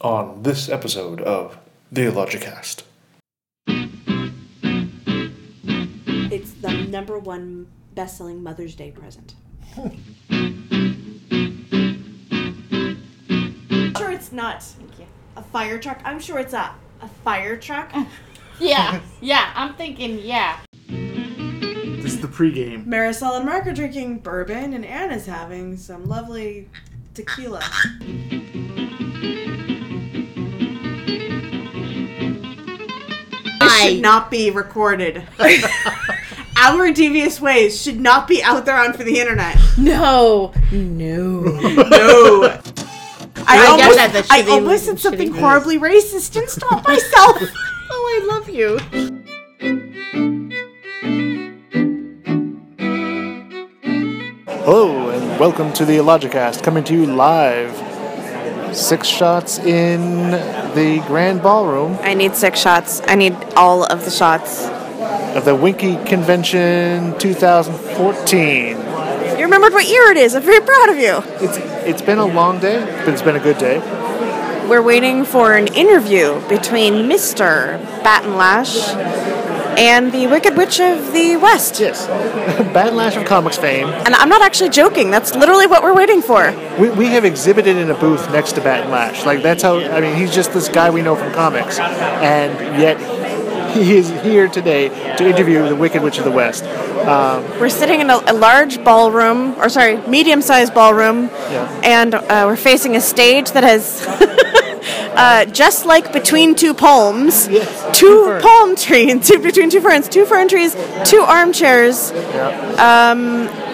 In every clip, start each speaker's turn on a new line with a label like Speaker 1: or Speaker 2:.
Speaker 1: on this episode of the Illogicast.
Speaker 2: It's the number one best-selling Mother's Day present.
Speaker 3: I'm sure it's not a fire truck. I'm sure it's a, a fire truck.
Speaker 4: Yeah, yeah. I'm thinking, yeah.
Speaker 5: This is the pregame.
Speaker 3: Marisol and Mark are drinking bourbon, and Anna's having some lovely tequila. This should not be recorded. Our devious ways should not be out there on for the internet.
Speaker 4: No, no.
Speaker 3: No. I,
Speaker 4: guess
Speaker 3: almost,
Speaker 4: that's a
Speaker 3: I
Speaker 4: shitty-
Speaker 3: almost said something
Speaker 4: shitty-
Speaker 3: horribly racist and stopped myself.
Speaker 4: oh, I love you.
Speaker 5: Hello and welcome to the Illogicast, coming to you live. Six shots in the grand ballroom
Speaker 6: I need six shots. I need all of the shots.
Speaker 5: of the Winky Convention 2014.
Speaker 6: You remembered what year it is. I'm very proud of you.
Speaker 5: It's it's been a long day, but it's been a good day.
Speaker 6: We're waiting for an interview between Mr. Battenlash and the Wicked Witch of the West.
Speaker 5: Yes, Batlash of comics fame.
Speaker 6: And I'm not actually joking. That's literally what we're waiting for.
Speaker 5: We, we have exhibited in a booth next to Bat and Lash. Like that's how I mean he's just this guy we know from comics, and yet he is here today to interview the Wicked Witch of the West.
Speaker 6: We're sitting in a, a large ballroom, or sorry, medium sized ballroom,
Speaker 5: Yeah.
Speaker 6: and uh, we're facing a stage that has. Uh, just like between two palms,
Speaker 5: Yes, two
Speaker 6: two
Speaker 5: ferns.
Speaker 6: palm trees, two, between two ferns, two fern trees, two armchairs,
Speaker 5: Yeah.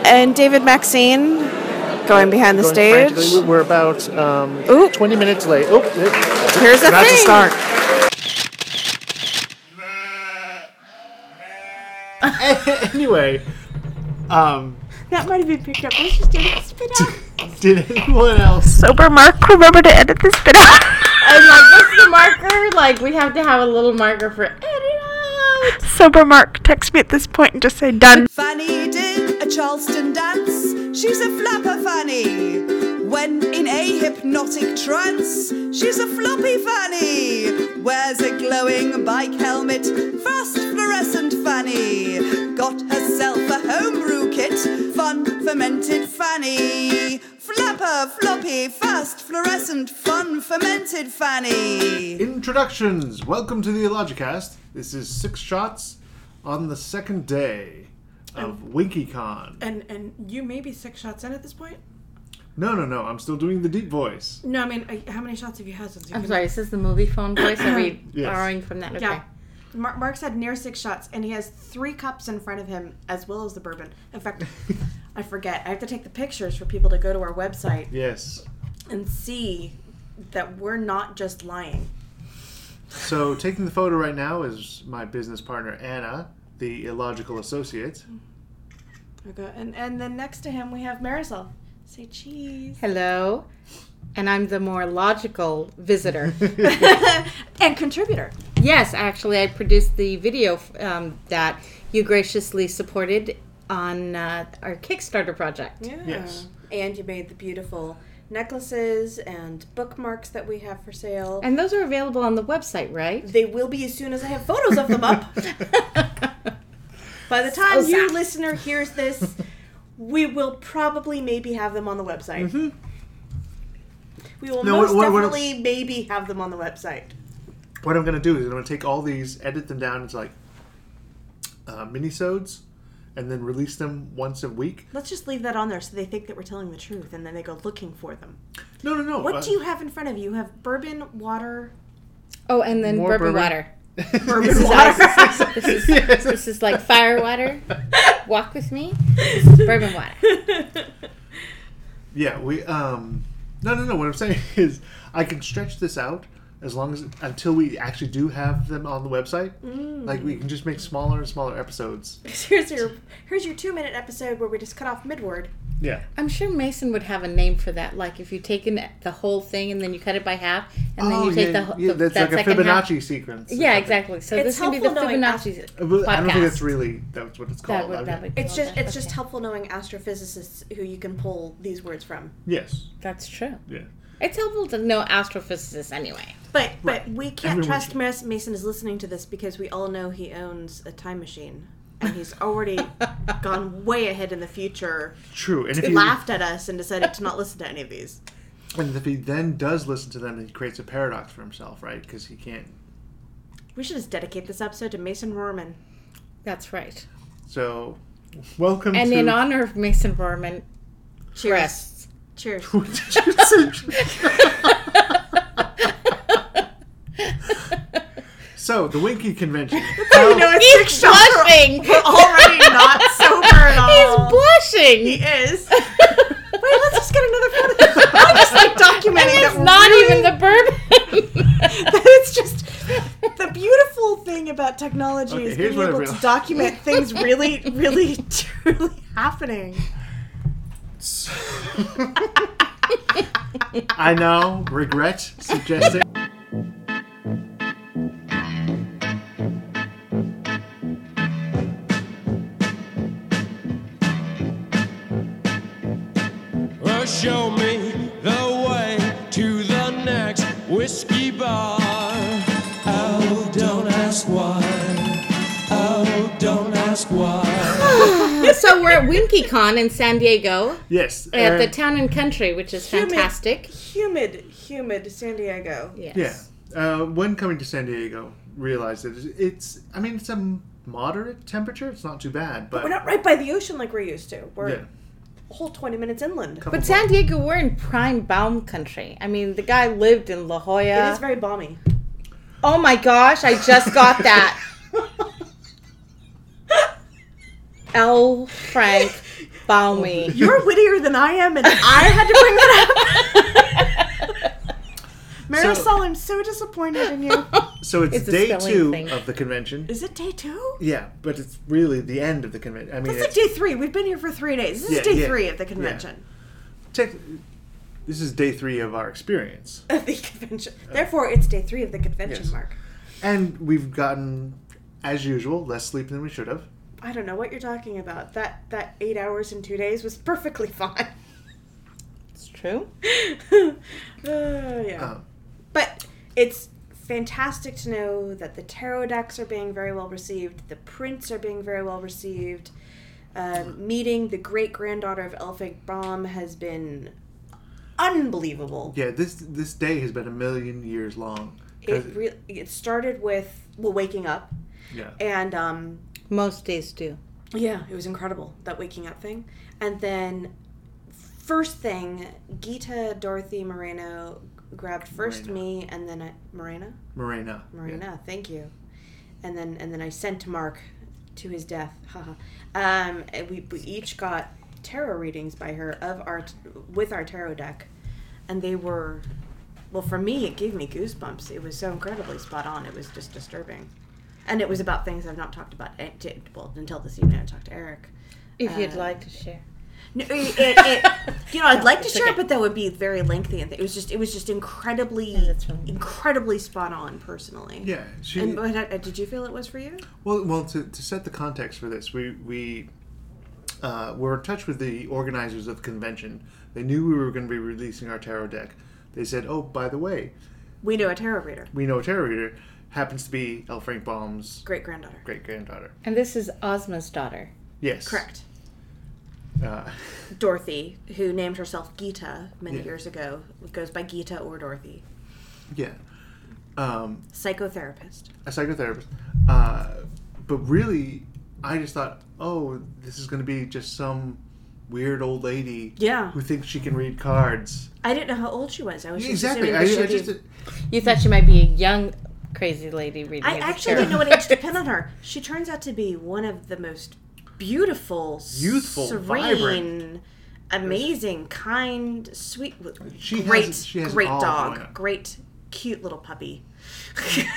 Speaker 6: and David Maxine going behind the
Speaker 5: Going frantically.
Speaker 6: stage.
Speaker 5: We- We're about um,
Speaker 6: Ooh.
Speaker 5: 20 minutes late. Oh,
Speaker 6: Here's the
Speaker 5: about to
Speaker 6: thing.
Speaker 5: start. anyway, um,
Speaker 3: that might have been picked up. Let's just do it. Spit out.
Speaker 5: did anyone else?
Speaker 6: Sober Mark, remember to edit this bit out.
Speaker 4: I'm like, what's the marker? Like, we have to have a little marker for edit out.
Speaker 6: Sober Mark, text me at this point and just say done.
Speaker 7: Fanny did a Charleston dance. She's a flapper Fanny. When in a hypnotic trance, she's a floppy Fanny. Wears a glowing bike helmet, fast fluorescent Fanny. Got herself a homebrew kit, fun fermented Fanny. Flapper, floppy, fast fluorescent, fun fermented Fanny.
Speaker 5: Introductions. Welcome to the Illogicast. This is six shots on the second day of WinkyCon.
Speaker 3: And and you may be six shots in at this point.
Speaker 5: No, no, no. I'm still doing the deep voice.
Speaker 3: No, I mean, I- how many shots have you had since you
Speaker 4: I'm
Speaker 3: came
Speaker 4: sorry. Is this the movie phone voice? Are we
Speaker 5: Yes.
Speaker 4: borrowing from that? Okay.
Speaker 3: Yeah. Mar- Mark's had near six shots, and he has three cups in front of him, as well as the bourbon. In fact, I forget. I have to take the pictures for people to go to our website
Speaker 5: Yes.
Speaker 3: and see that we're not just lying.
Speaker 5: So taking the photo right now is my business partner Anna, the illogical associate.
Speaker 3: Okay, and and then next to him we have Marisol. Say cheese.
Speaker 4: Hello, and I'm the more logical visitor.
Speaker 3: and contributor.
Speaker 4: Yes, actually, I produced the video f- um, that you graciously supported on uh, our Kickstarter project.
Speaker 3: Yeah.
Speaker 5: Yes.
Speaker 3: And you made the beautiful necklaces and bookmarks that we have for sale.
Speaker 4: And those are available on the website, right?
Speaker 3: They will be as soon as I have photos of them up. By the time you listener hears this, we will probably maybe have them on the website. We will
Speaker 5: No,
Speaker 3: most
Speaker 5: what- what- what-
Speaker 3: definitely maybe have them on the website.
Speaker 5: What I'm gonna do is I'm gonna take all these, edit them down into like uh, minisodes, and then release them once a week.
Speaker 3: Let's just leave that on there so they think that we're telling the truth and then they go looking for them.
Speaker 5: No, no, no.
Speaker 3: What
Speaker 5: uh,
Speaker 3: do you have in front of you? You have bourbon, water.
Speaker 4: Oh, and then
Speaker 5: More
Speaker 4: bourbon,
Speaker 5: bourbon.
Speaker 4: water.
Speaker 3: Bourbon water.
Speaker 4: This is
Speaker 5: Yes.
Speaker 4: this is like fire water. Walk with me. This is bourbon water.
Speaker 5: Yeah, we um no no no what I'm saying is I can stretch this out as long as until we actually do have them on the website.
Speaker 4: Mm.
Speaker 5: Like we can just make smaller and smaller episodes.
Speaker 3: here's your here's your two minute episode where we just cut off mid word.
Speaker 5: Yeah.
Speaker 4: I'm sure Mason would have a name for that. Like if you take in the whole thing and then you cut it by half, and then you take the, whole the
Speaker 5: Oh, that's
Speaker 4: that
Speaker 5: like a
Speaker 4: second half.
Speaker 5: Fibonacci sequence. or
Speaker 4: Yeah,
Speaker 5: something.
Speaker 4: exactly. So
Speaker 3: It's
Speaker 4: this would be the
Speaker 3: helpful knowing us.
Speaker 4: Fibonacci podcast.
Speaker 5: But I don't think that's really that's what it's
Speaker 4: that
Speaker 5: called. I
Speaker 4: would, that
Speaker 5: mean,
Speaker 4: would
Speaker 3: It's
Speaker 4: be
Speaker 3: just it's
Speaker 4: okay.
Speaker 3: just helpful knowing astrophysicists who you can pull these words from.
Speaker 5: Yes.
Speaker 4: That's true.
Speaker 5: Yeah.
Speaker 4: It's helpful to know astrophysicists anyway.
Speaker 3: But but we can't trust Maris Mason is listening to this because we all know he owns a time machine. And he's already gone way ahead in the future,
Speaker 5: True, and if he
Speaker 3: laughed at us, and decided to not listen to any of these.
Speaker 5: and if he then does listen to them, he creates a paradox for himself, right? Because he can't.
Speaker 3: We should just dedicate this episode to Mason Rorman.
Speaker 4: That's right.
Speaker 5: So, welcome
Speaker 4: And
Speaker 5: to.
Speaker 4: in honor of Mason Borman,
Speaker 3: Cheers.
Speaker 4: breasts.
Speaker 3: Cheers.
Speaker 5: so the Winky Convention.
Speaker 4: you know, he's blushing.
Speaker 3: Already not sober at all.
Speaker 4: He's blushing.
Speaker 3: He is. Wait, let's just get another photo. I'm just like documenting that
Speaker 4: And it's not
Speaker 3: really-
Speaker 4: even the bourbon.
Speaker 3: it's just the beautiful thing about technology
Speaker 5: Okay,
Speaker 3: is
Speaker 5: here's
Speaker 3: being
Speaker 5: what I
Speaker 3: able to
Speaker 5: realized.
Speaker 3: document things really, really, truly happening.
Speaker 5: I now regret suggesting.
Speaker 8: Well, Uh, show me the way to the next whiskey bar. Oh, don't ask why. Oh, don't ask why.
Speaker 4: so we're at WinkyCon in San Diego uh,
Speaker 5: yes.
Speaker 4: at the
Speaker 5: and-
Speaker 4: Town and Country, which is fantastic.
Speaker 3: Humid, humid San Diego.
Speaker 4: Yes.
Speaker 5: Yeah. Uh, when coming to San Diego, realized that it's. I mean, it's a moderate temperature. It's not too bad, but.
Speaker 3: We're not right by the ocean like we're used to. We're
Speaker 5: yeah.
Speaker 3: a whole 20 minutes inland.
Speaker 4: But San Diego, we're in prime Baum country. I mean, the guy lived in La
Speaker 3: It
Speaker 4: Jolla.
Speaker 3: is very balmy.
Speaker 4: oh my gosh, I just got that. L. Frank Baumy.
Speaker 3: You're wittier than I am, and I had to bring that Oh. up. Marisol, I'm so disappointed in you.
Speaker 5: So it's,
Speaker 4: It's a
Speaker 5: day
Speaker 4: spelling
Speaker 5: two
Speaker 4: thing.
Speaker 5: of the convention.
Speaker 3: Is it day two?
Speaker 5: Yeah, but it's really the end of the convention. I mean,
Speaker 3: It's like
Speaker 5: it's
Speaker 3: day three. We've been here for three days. This
Speaker 5: Yeah,
Speaker 3: is day
Speaker 5: yeah,
Speaker 3: three of the convention.
Speaker 5: tech- this is day three of our experience,
Speaker 3: Of the convention. Therefore, it's day three of the convention,
Speaker 5: Yes.
Speaker 3: Mark.
Speaker 5: and we've gotten, as usual, less sleep than we should have.
Speaker 3: I don't know what you're talking about. That that eight hours in two days was perfectly fine.
Speaker 4: It's true.
Speaker 3: Uh, yeah.
Speaker 5: Um,
Speaker 3: But it's fantastic to know that the tarot decks are being very well received. The prints are being very well received. Um, meeting the great granddaughter of Elphig Baum has been unbelievable.
Speaker 5: yeah, this this day has been a million years long. 'Cause-
Speaker 3: It re- it started with well waking up
Speaker 5: yeah,
Speaker 3: and um,
Speaker 4: Most days do.
Speaker 3: Yeah, it was incredible that waking up thing. And then first thing, Gita Dorothy Moreno grabbed first
Speaker 5: Moreno.
Speaker 3: me and then I, Morena,
Speaker 5: Morena. Yeah.
Speaker 3: Morena, thank you. And then and then I sent to Mark to his death. Haha. um, and we, we each got tarot readings by her of our t- with our tarot deck, and they were. Well, for me, it gave me goosebumps. It was so incredibly spot on. It was just disturbing, and it was about things I've not talked about. eh, to- Well, until this evening, I talked to Eric.
Speaker 4: If you'd
Speaker 3: Uh,
Speaker 4: like to share.
Speaker 3: No, it, it, it- you know, I'd like to
Speaker 4: it's
Speaker 3: share it,
Speaker 4: okay.
Speaker 3: but that would be very lengthy. And th- it was just, it was just incredibly,
Speaker 4: that's fine.
Speaker 3: incredibly spot on, personally.
Speaker 5: Yeah, she.
Speaker 3: And but, uh, did you feel it was for you?
Speaker 5: Well, well, to, to set the context for this, we we uh, were in touch with the organizers of the convention. They knew we were going to be releasing our tarot deck. They said, "Oh, by the way,
Speaker 3: We know a tarot reader,
Speaker 5: we know a tarot reader happens to be L. Frank Baum's
Speaker 3: great granddaughter.
Speaker 5: great granddaughter."
Speaker 4: And this is Ozma's daughter.
Speaker 5: Yes,
Speaker 3: Correct.
Speaker 5: Uh,
Speaker 3: Dorothy, who named herself Gita many
Speaker 5: Yeah.
Speaker 3: years ago, goes by Gita or Dorothy.
Speaker 5: yeah, um,
Speaker 3: Psychotherapist.
Speaker 5: a psychotherapist. Uh, but really, I just thought, "Oh, this is going to be just some weird old lady
Speaker 3: Yeah.
Speaker 5: who thinks she can read cards."
Speaker 3: I didn't know how old she was. I was just
Speaker 5: Exactly.
Speaker 3: assuming that
Speaker 5: I, I
Speaker 3: she'd be-
Speaker 5: just.
Speaker 4: You thought she might be a young, crazy lady reading.
Speaker 3: I
Speaker 4: as a
Speaker 3: actually
Speaker 4: tarot.
Speaker 3: didn't know what age to pin on her. She turns out to be one of the most beautiful,
Speaker 5: Youthful,
Speaker 3: serene,
Speaker 5: vibrant.
Speaker 3: amazing, kind, sweet,
Speaker 5: She
Speaker 3: great,
Speaker 5: has- she has it
Speaker 3: great
Speaker 5: all going on.
Speaker 3: dog, great, cute little puppy.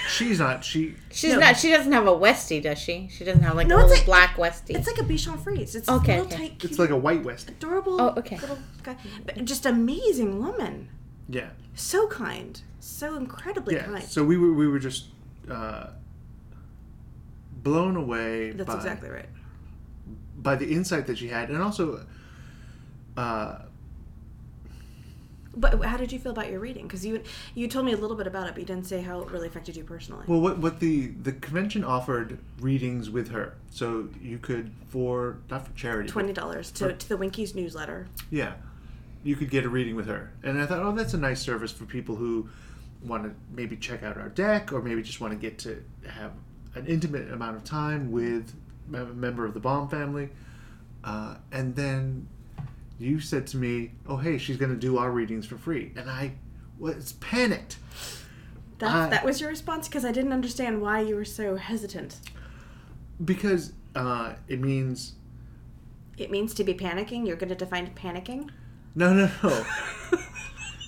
Speaker 5: She's not. She
Speaker 4: She's
Speaker 3: No.
Speaker 4: not. She doesn't have a Westie, does she? She doesn't have like
Speaker 3: No,
Speaker 4: a
Speaker 3: it's
Speaker 4: little
Speaker 3: like-
Speaker 4: black Westie.
Speaker 3: it's like a Bichon Frise. It's
Speaker 4: Okay,
Speaker 3: a little
Speaker 4: okay.
Speaker 3: tight, cute,
Speaker 5: It's like a white west.
Speaker 3: adorable
Speaker 4: Oh, okay.
Speaker 3: little guy. But just amazing woman.
Speaker 5: Yeah.
Speaker 3: So kind. So incredibly
Speaker 5: Yeah.
Speaker 3: kind.
Speaker 5: So we were we were just uh, blown away
Speaker 3: That's
Speaker 5: by,
Speaker 3: exactly right.
Speaker 5: by the insight that she had, and also uh,
Speaker 3: But how did you feel about your reading? Because you you told me a little bit about it, but you didn't say how it really affected you personally.
Speaker 5: Well, what what the the convention offered readings with her, so you could for not for charity, but-
Speaker 3: Twenty dollars to, to the Winkies newsletter.
Speaker 5: yeah, you could get a reading with her, and I thought, oh, that's a nice service for people who want to maybe check out our deck, or maybe just want to get to have an intimate amount of time with a member of the bomb family, uh, and then you said to me, oh, hey, she's going to do our readings for free, and I was panicked.
Speaker 3: That
Speaker 5: I-
Speaker 3: that was your response because I didn't understand why you were so hesitant.
Speaker 5: because uh, it means
Speaker 3: It means to be panicking. You're going to define panicking.
Speaker 5: no, no, no.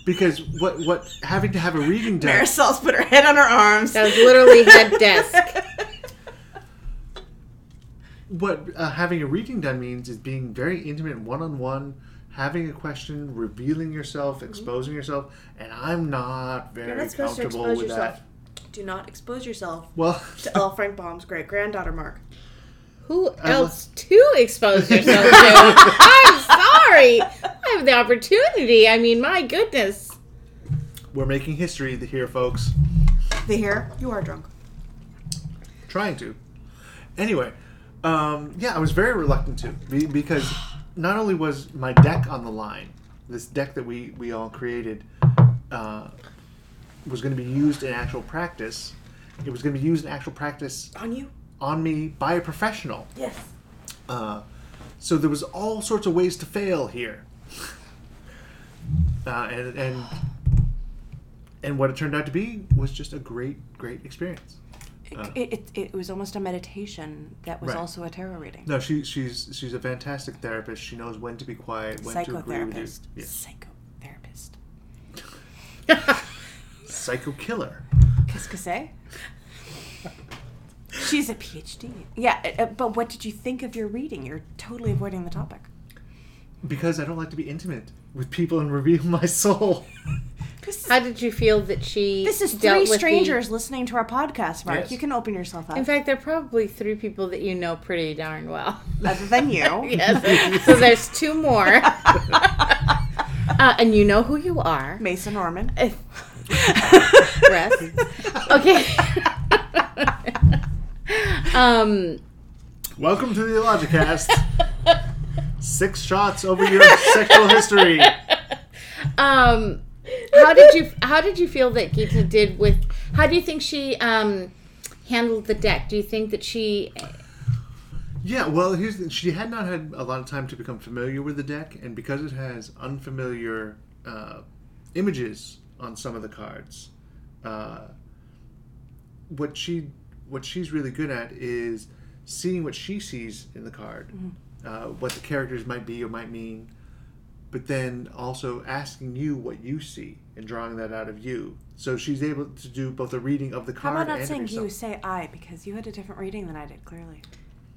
Speaker 5: because what what having to have a reading deck
Speaker 3: Marisol's put her head on her arms.
Speaker 4: That was literally head desk.
Speaker 5: what uh, having a reading done means is being very intimate one on one having a question revealing yourself
Speaker 3: Mm-hmm.
Speaker 5: exposing yourself and i'm not very
Speaker 3: not supposed to
Speaker 5: comfortable
Speaker 3: expose
Speaker 5: with
Speaker 3: yourself.
Speaker 5: that
Speaker 3: Do not expose yourself
Speaker 5: well
Speaker 3: to L. Frank Baum's great granddaughter, Mark.
Speaker 4: Who else to expose yourself to? I'm sorry. I have the opportunity. I mean, my goodness.
Speaker 5: we're making history here folks
Speaker 3: They hear you are drunk.
Speaker 5: trying to. Anyway, um, yeah, I was very reluctant to be, because not only was my deck on the line, this deck that we we all created uh, was going to be used in actual practice. It was going to be used in actual practice
Speaker 3: On you?
Speaker 5: on me by a professional.
Speaker 3: Yes.
Speaker 5: Uh, so there was all sorts of ways to fail here. Uh, and and and what it turned out to be was just a great great experience.
Speaker 3: It, it, it was almost a meditation that was
Speaker 5: Uh. Right.
Speaker 3: also a tarot reading.
Speaker 5: No, she she's she's a fantastic therapist. She knows when to be quiet, when to agree with you.
Speaker 3: Psychotherapist.
Speaker 5: Yeah.
Speaker 3: Psychotherapist.
Speaker 5: Psycho killer.
Speaker 3: Qu'est-ce que c'est? She's a PhD. Yeah, uh, uh, but what did you think of your reading? You're totally avoiding the topic.
Speaker 5: Because I don't like to be intimate with people and reveal my soul.
Speaker 4: How did you feel that she?
Speaker 3: This is
Speaker 4: dealt
Speaker 3: three
Speaker 4: with the-
Speaker 3: strangers listening to our podcast, Mark.
Speaker 5: Yes.
Speaker 3: You can open yourself up.
Speaker 4: in fact, they're probably three people that you know pretty darn well.
Speaker 3: other than you.
Speaker 4: Yes. so there's two more. Uh, and you know who you are.
Speaker 3: Mason Norman.
Speaker 4: Rest. Okay. um,
Speaker 5: Welcome to the Illogicast. Six shots over your sexual history.
Speaker 4: um, how did you how did you feel that Gita did with? How do you think she um, handled the deck? Do you think that she?
Speaker 5: Yeah, well, here's the, she had not had a lot of time to become familiar with the deck, and because it has unfamiliar uh, images on some of the cards, uh, what she what she's really good at is seeing what she sees in the card,
Speaker 3: Mm-hmm.
Speaker 5: uh, what the characters might be or might mean, but then also asking you what you see and drawing that out of you. So she's able to do both a reading of the
Speaker 3: How
Speaker 5: card.
Speaker 3: about not
Speaker 5: and
Speaker 3: saying
Speaker 5: of yourself.
Speaker 3: you, say I, because you had a different reading than I did, clearly.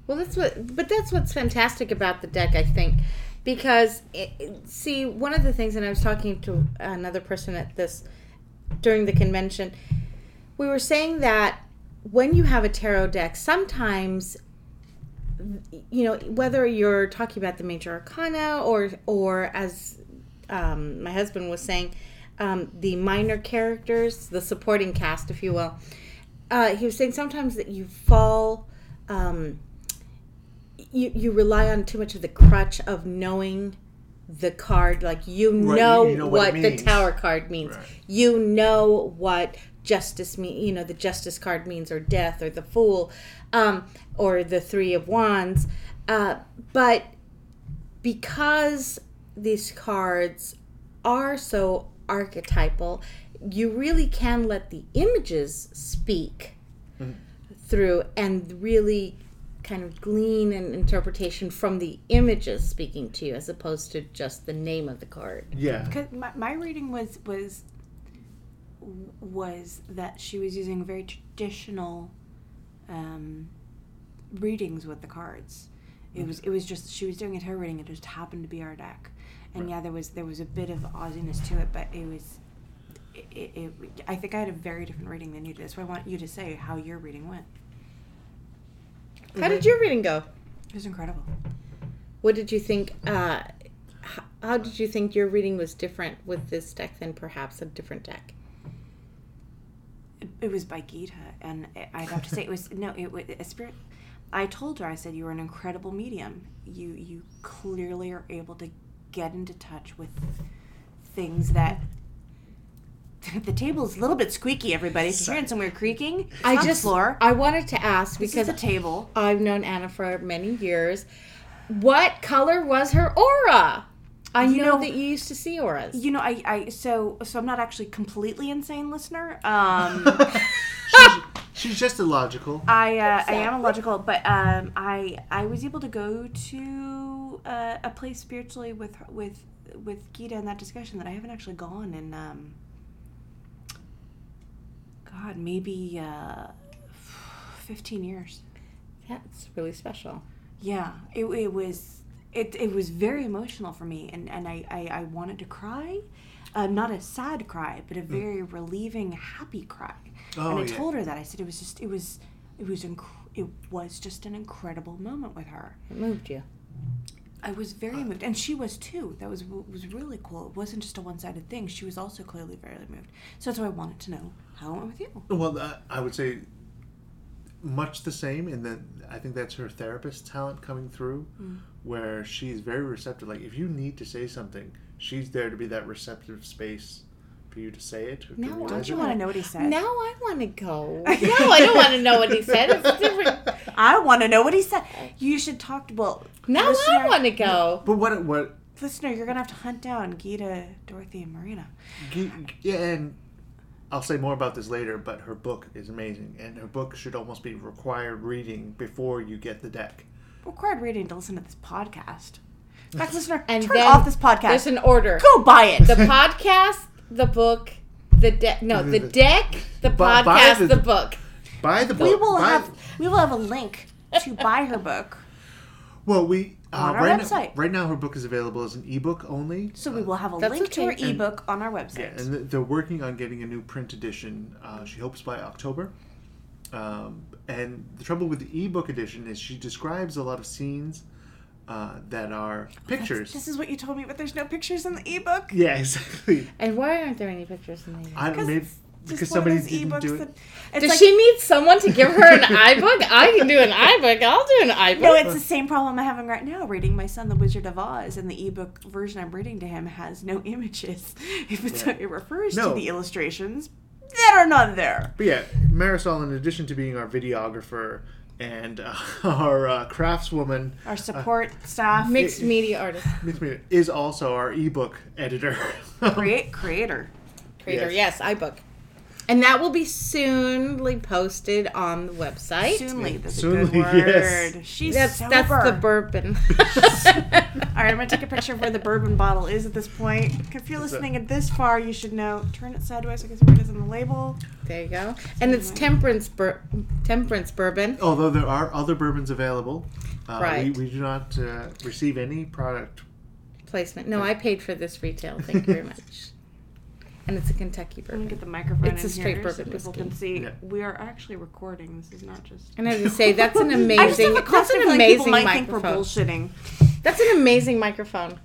Speaker 4: Well, that's what. But that's what's fantastic about the deck, I think, because it, it- see, one of the things, and I was talking to another person at this during the convention, we were saying that when you have a tarot deck, sometimes you know whether you're talking about the major arcana or or as um, my husband was saying um, the minor characters the supporting cast if you will uh, he was saying sometimes that you fall um, you, you rely on too much of the crutch of knowing the card like you
Speaker 5: Right,
Speaker 4: know,
Speaker 5: you know what
Speaker 4: what,
Speaker 5: it
Speaker 4: the
Speaker 5: means.
Speaker 4: tower card means
Speaker 5: Right.
Speaker 4: you know what justice mean you know the justice card means or death or the fool um, or the three of wands uh, but because these cards are so archetypal you really can let the images speak through and really kind of glean an interpretation from the images speaking to you as opposed to just the name of the card
Speaker 5: Yeah.
Speaker 3: Because my, my reading was was was that she was using very traditional um, readings with the cards. It was it was just she was doing a tarot reading. It just happened to be our deck, and yeah, there was there was a bit of Aussiness to it, but it was. It, it, it- I think I had a very different reading than you did. That's why I want you to say how your reading went.
Speaker 4: how did your reading go
Speaker 3: It was incredible.
Speaker 4: What did you think? Uh, h- how did you think your reading was different with this deck than perhaps a different deck?
Speaker 6: It was by Gita, and I- I'd have to say it was no, it was a spirit. I told her, I said, you are an incredible medium. You you clearly are able to get into touch with things that. the table's a little bit squeaky, everybody. If you're hearing somewhere creaking, it's
Speaker 4: I
Speaker 6: on the
Speaker 4: just
Speaker 6: floor.
Speaker 4: I wanted to ask
Speaker 6: this
Speaker 4: because
Speaker 6: is the table.
Speaker 4: I've known Anna for many years. What color was her aura? I
Speaker 6: You
Speaker 4: know,
Speaker 6: know-
Speaker 4: that you used to see auras.
Speaker 6: You know, I, I so so I'm not actually completely insane, listener. Um,
Speaker 5: She's just illogical.
Speaker 6: I uh, I am illogical, but um, I I was able to go to uh, a place spiritually with with with Gita in that discussion that I haven't actually gone in. Um, God, maybe uh, fifteen years.
Speaker 4: That's really special.
Speaker 6: Yeah, it, it was it, it was very emotional for me, and and I I, I wanted to cry, uh, not a sad cry, but a very relieving, happy cry.
Speaker 5: Mm. Oh,
Speaker 6: and I
Speaker 5: yeah.
Speaker 6: told her that I said it was just it was it was inc- it was just an incredible moment with her.
Speaker 4: It moved you.
Speaker 6: I was very moved, and she was too. That was was really cool. It wasn't just a one sided thing. She was also clearly very moved. So that's why I wanted to know how it went with you.
Speaker 5: Well, uh, I would say much the same in that I think that's her therapist talent coming through,
Speaker 6: Mm.
Speaker 5: where she's very receptive. Like, if you need to say something, she's there to be that receptive space for you to say it. Or
Speaker 4: Now,
Speaker 5: to
Speaker 4: don't
Speaker 5: realize
Speaker 4: you
Speaker 5: it.
Speaker 6: want to know what he said?
Speaker 4: Now I want to go. No, I don't want to know what he said. It's different.
Speaker 6: I want to know what he said. You should talk. Well,
Speaker 4: Now I
Speaker 6: listener-
Speaker 4: want to go.
Speaker 5: But what, what,
Speaker 6: listener, you're gonna have to hunt down Gita, Dorothy, and Marina.
Speaker 5: G- yeah, and I'll say more about this later, but her book is amazing, and her book should almost be required reading before you get the deck.
Speaker 6: Required reading to listen to this podcast. In fact, listener,
Speaker 4: And
Speaker 6: turn
Speaker 4: then
Speaker 6: off this
Speaker 4: There's
Speaker 6: podcast.
Speaker 4: an order.
Speaker 6: Go buy it.
Speaker 4: The podcast, the book, the deck. No, the deck, the
Speaker 5: Buy- buy
Speaker 4: podcast,
Speaker 5: the-
Speaker 4: the book.
Speaker 5: Buy the book.
Speaker 6: we will
Speaker 5: buy-
Speaker 6: have we will have a link to buy her book,
Speaker 5: Well, we uh,
Speaker 6: on our
Speaker 5: right
Speaker 6: website.
Speaker 5: Now, right now, her book is available as an ebook only.
Speaker 6: so we will have a
Speaker 4: That's
Speaker 6: link to her
Speaker 4: okay.
Speaker 6: ebook on our website.
Speaker 5: and th- they're working on getting a new print edition. Uh, she hopes by October. Um, and the trouble with the ebook edition is she describes a lot of scenes uh, that
Speaker 6: Oh,
Speaker 5: are pictures.
Speaker 6: This is what you told me, but there's no pictures in the ebook.
Speaker 5: Yeah, exactly.
Speaker 4: And why aren't there any pictures in the?
Speaker 5: I don't maybe
Speaker 6: Just
Speaker 5: because
Speaker 6: one
Speaker 5: somebody
Speaker 6: of those
Speaker 5: didn't
Speaker 6: ebooks
Speaker 5: do it.
Speaker 6: that it's
Speaker 4: Does
Speaker 6: like,
Speaker 4: she need someone to give her an iBook? I can do an iBook. I'll do an iBook.
Speaker 6: no, it's the same problem I'm having right now reading my son The Wizard of Oz, and the ebook version I'm reading to him has no images. If it's, It refers
Speaker 5: No.
Speaker 6: to the illustrations that are not there.
Speaker 5: But yeah, Marisol, in addition to being our videographer and uh, our uh, craftswoman,
Speaker 6: Our support staff,
Speaker 4: mixed media artist
Speaker 5: Miss Mina, is also our ebook editor.
Speaker 6: create creator.
Speaker 4: creator. Yes. iBook. And that will be soonly posted on the website.
Speaker 6: Soonly, that's a good
Speaker 5: Soonly,
Speaker 6: word.
Speaker 5: yes.
Speaker 6: She's
Speaker 4: That's
Speaker 6: sober.
Speaker 4: that's the bourbon.
Speaker 6: All right, I'm gonna take a picture of where the bourbon bottle is at this point. If you're listening at this far, you should know. Turn it sideways. I guess where it is on the label.
Speaker 4: There you go. And it's temperance bur- temperance bourbon.
Speaker 5: Although there are other bourbons available, uh,
Speaker 4: Right.
Speaker 5: we, we do not uh, receive any product.
Speaker 4: placement. No, I paid for this retail. Thank you very much. And it's a Kentucky
Speaker 6: I'm gonna
Speaker 4: bourbon.
Speaker 6: get the microphone
Speaker 4: It's
Speaker 6: in
Speaker 4: a straight
Speaker 6: here so
Speaker 4: bourbon
Speaker 6: people
Speaker 4: whiskey.
Speaker 6: can see
Speaker 5: Yeah.
Speaker 6: we are actually recording. This is not just.
Speaker 4: And I have to say, that's an amazing.
Speaker 6: I just have a
Speaker 4: that's
Speaker 6: constant
Speaker 4: an
Speaker 6: feeling
Speaker 4: amazing
Speaker 6: people might think we're
Speaker 4: microphone.
Speaker 6: bullshitting.
Speaker 4: That's an amazing microphone.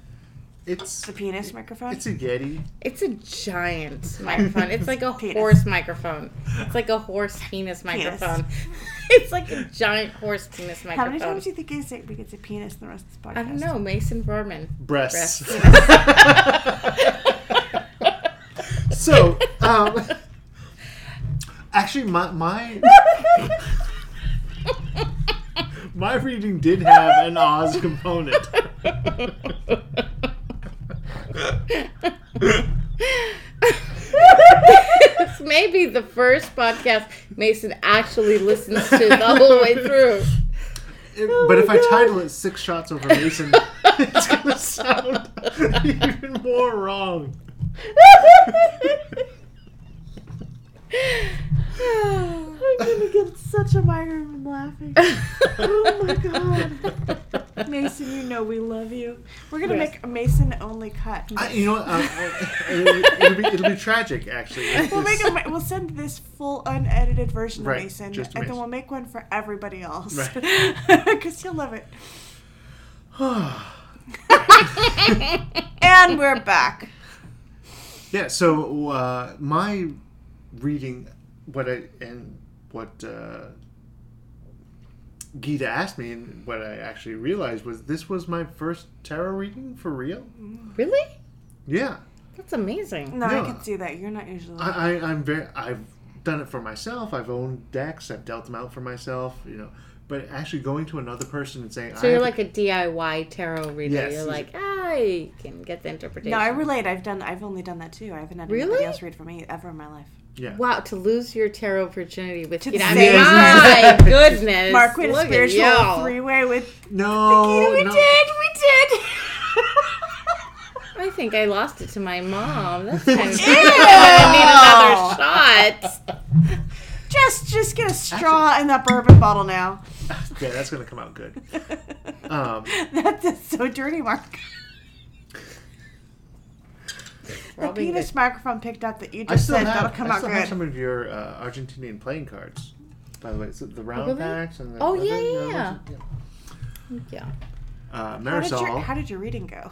Speaker 5: It's
Speaker 6: The penis microphone.
Speaker 5: it's a Yeti.
Speaker 4: It's a giant microphone. It's like a
Speaker 6: Penis.
Speaker 4: horse microphone. It's like a horse penis microphone. it's like a giant horse penis microphone.
Speaker 6: How many times do you think I say we could say penis in the rest of this podcast?
Speaker 4: I don't know, Mason Berman.
Speaker 5: Breasts.
Speaker 4: Breasts.
Speaker 5: so, um, actually, my my my reading did have an Oz component.
Speaker 4: this may be the first podcast Mason actually listens to the whole way through.
Speaker 5: It- but if I title it Six Shots Over Mason, it's going to sound even more wrong.
Speaker 6: I'm gonna get such a migraine from laughing. Oh my god. Mason, you know we love you. We're gonna
Speaker 4: Yes.
Speaker 6: make a Mason only cut.
Speaker 5: I, you know what? Um, it'll, it'll be, it'll be tragic, actually. if
Speaker 6: We'll
Speaker 5: this-
Speaker 6: make a, ma- we'll send this full unedited version
Speaker 5: Right,
Speaker 6: of Mason,
Speaker 5: just
Speaker 6: and then
Speaker 5: Mason.
Speaker 6: we'll make one for everybody else,
Speaker 5: Right.
Speaker 6: because you'll love it. and we're back.
Speaker 5: Yeah. So uh, my reading, what I and what uh, Gita asked me, and what I actually realized was this was my first tarot reading for real.
Speaker 4: Really?
Speaker 5: Yeah.
Speaker 4: That's amazing.
Speaker 5: No.
Speaker 3: I can see that. You're not usually.
Speaker 5: I, I, I'm very. I've done it for myself. I've owned decks. I've dealt them out for myself. You know, but actually going to another person and saying,
Speaker 4: So
Speaker 5: I
Speaker 4: you're like
Speaker 5: have
Speaker 4: a DIY tarot reader.
Speaker 5: Yes.
Speaker 4: You're like, "Ah, I can get the interpretation.
Speaker 3: no, I relate. I've done. I've only done that too. I haven't had anybody
Speaker 4: Really?
Speaker 3: else read for me ever in my life.
Speaker 5: yeah,
Speaker 4: Wow, to lose your tarot virginity with
Speaker 3: To
Speaker 4: Gita.
Speaker 3: the
Speaker 4: I mean,
Speaker 3: same
Speaker 4: my goodness.
Speaker 3: Mark, we had a
Speaker 4: Look at
Speaker 3: spiritual
Speaker 4: y'all.
Speaker 3: three way with.
Speaker 5: no,
Speaker 4: Oh,
Speaker 3: we
Speaker 5: no.
Speaker 3: did. We did.
Speaker 4: I think I lost it to my mom. That's kind of I need another shot.
Speaker 3: just, just get a straw in that bourbon bottle now.
Speaker 5: Yeah, that's gonna come out good. Um,
Speaker 3: That's just so dirty, Mark. The
Speaker 4: Probably
Speaker 3: penis microphone picked up that you
Speaker 5: I
Speaker 3: just
Speaker 5: still
Speaker 3: said
Speaker 5: have.
Speaker 3: that'll come
Speaker 5: I
Speaker 3: out
Speaker 5: still have
Speaker 3: good.
Speaker 5: some of your uh, Argentinian playing cards. By the way, so the round
Speaker 4: really?
Speaker 5: packs and the
Speaker 4: Oh,
Speaker 5: are
Speaker 4: yeah,
Speaker 5: they-
Speaker 4: yeah,
Speaker 5: uh,
Speaker 4: Yeah.
Speaker 3: How
Speaker 5: Uh,
Speaker 3: did, your,
Speaker 5: Marisol
Speaker 3: how did your reading go?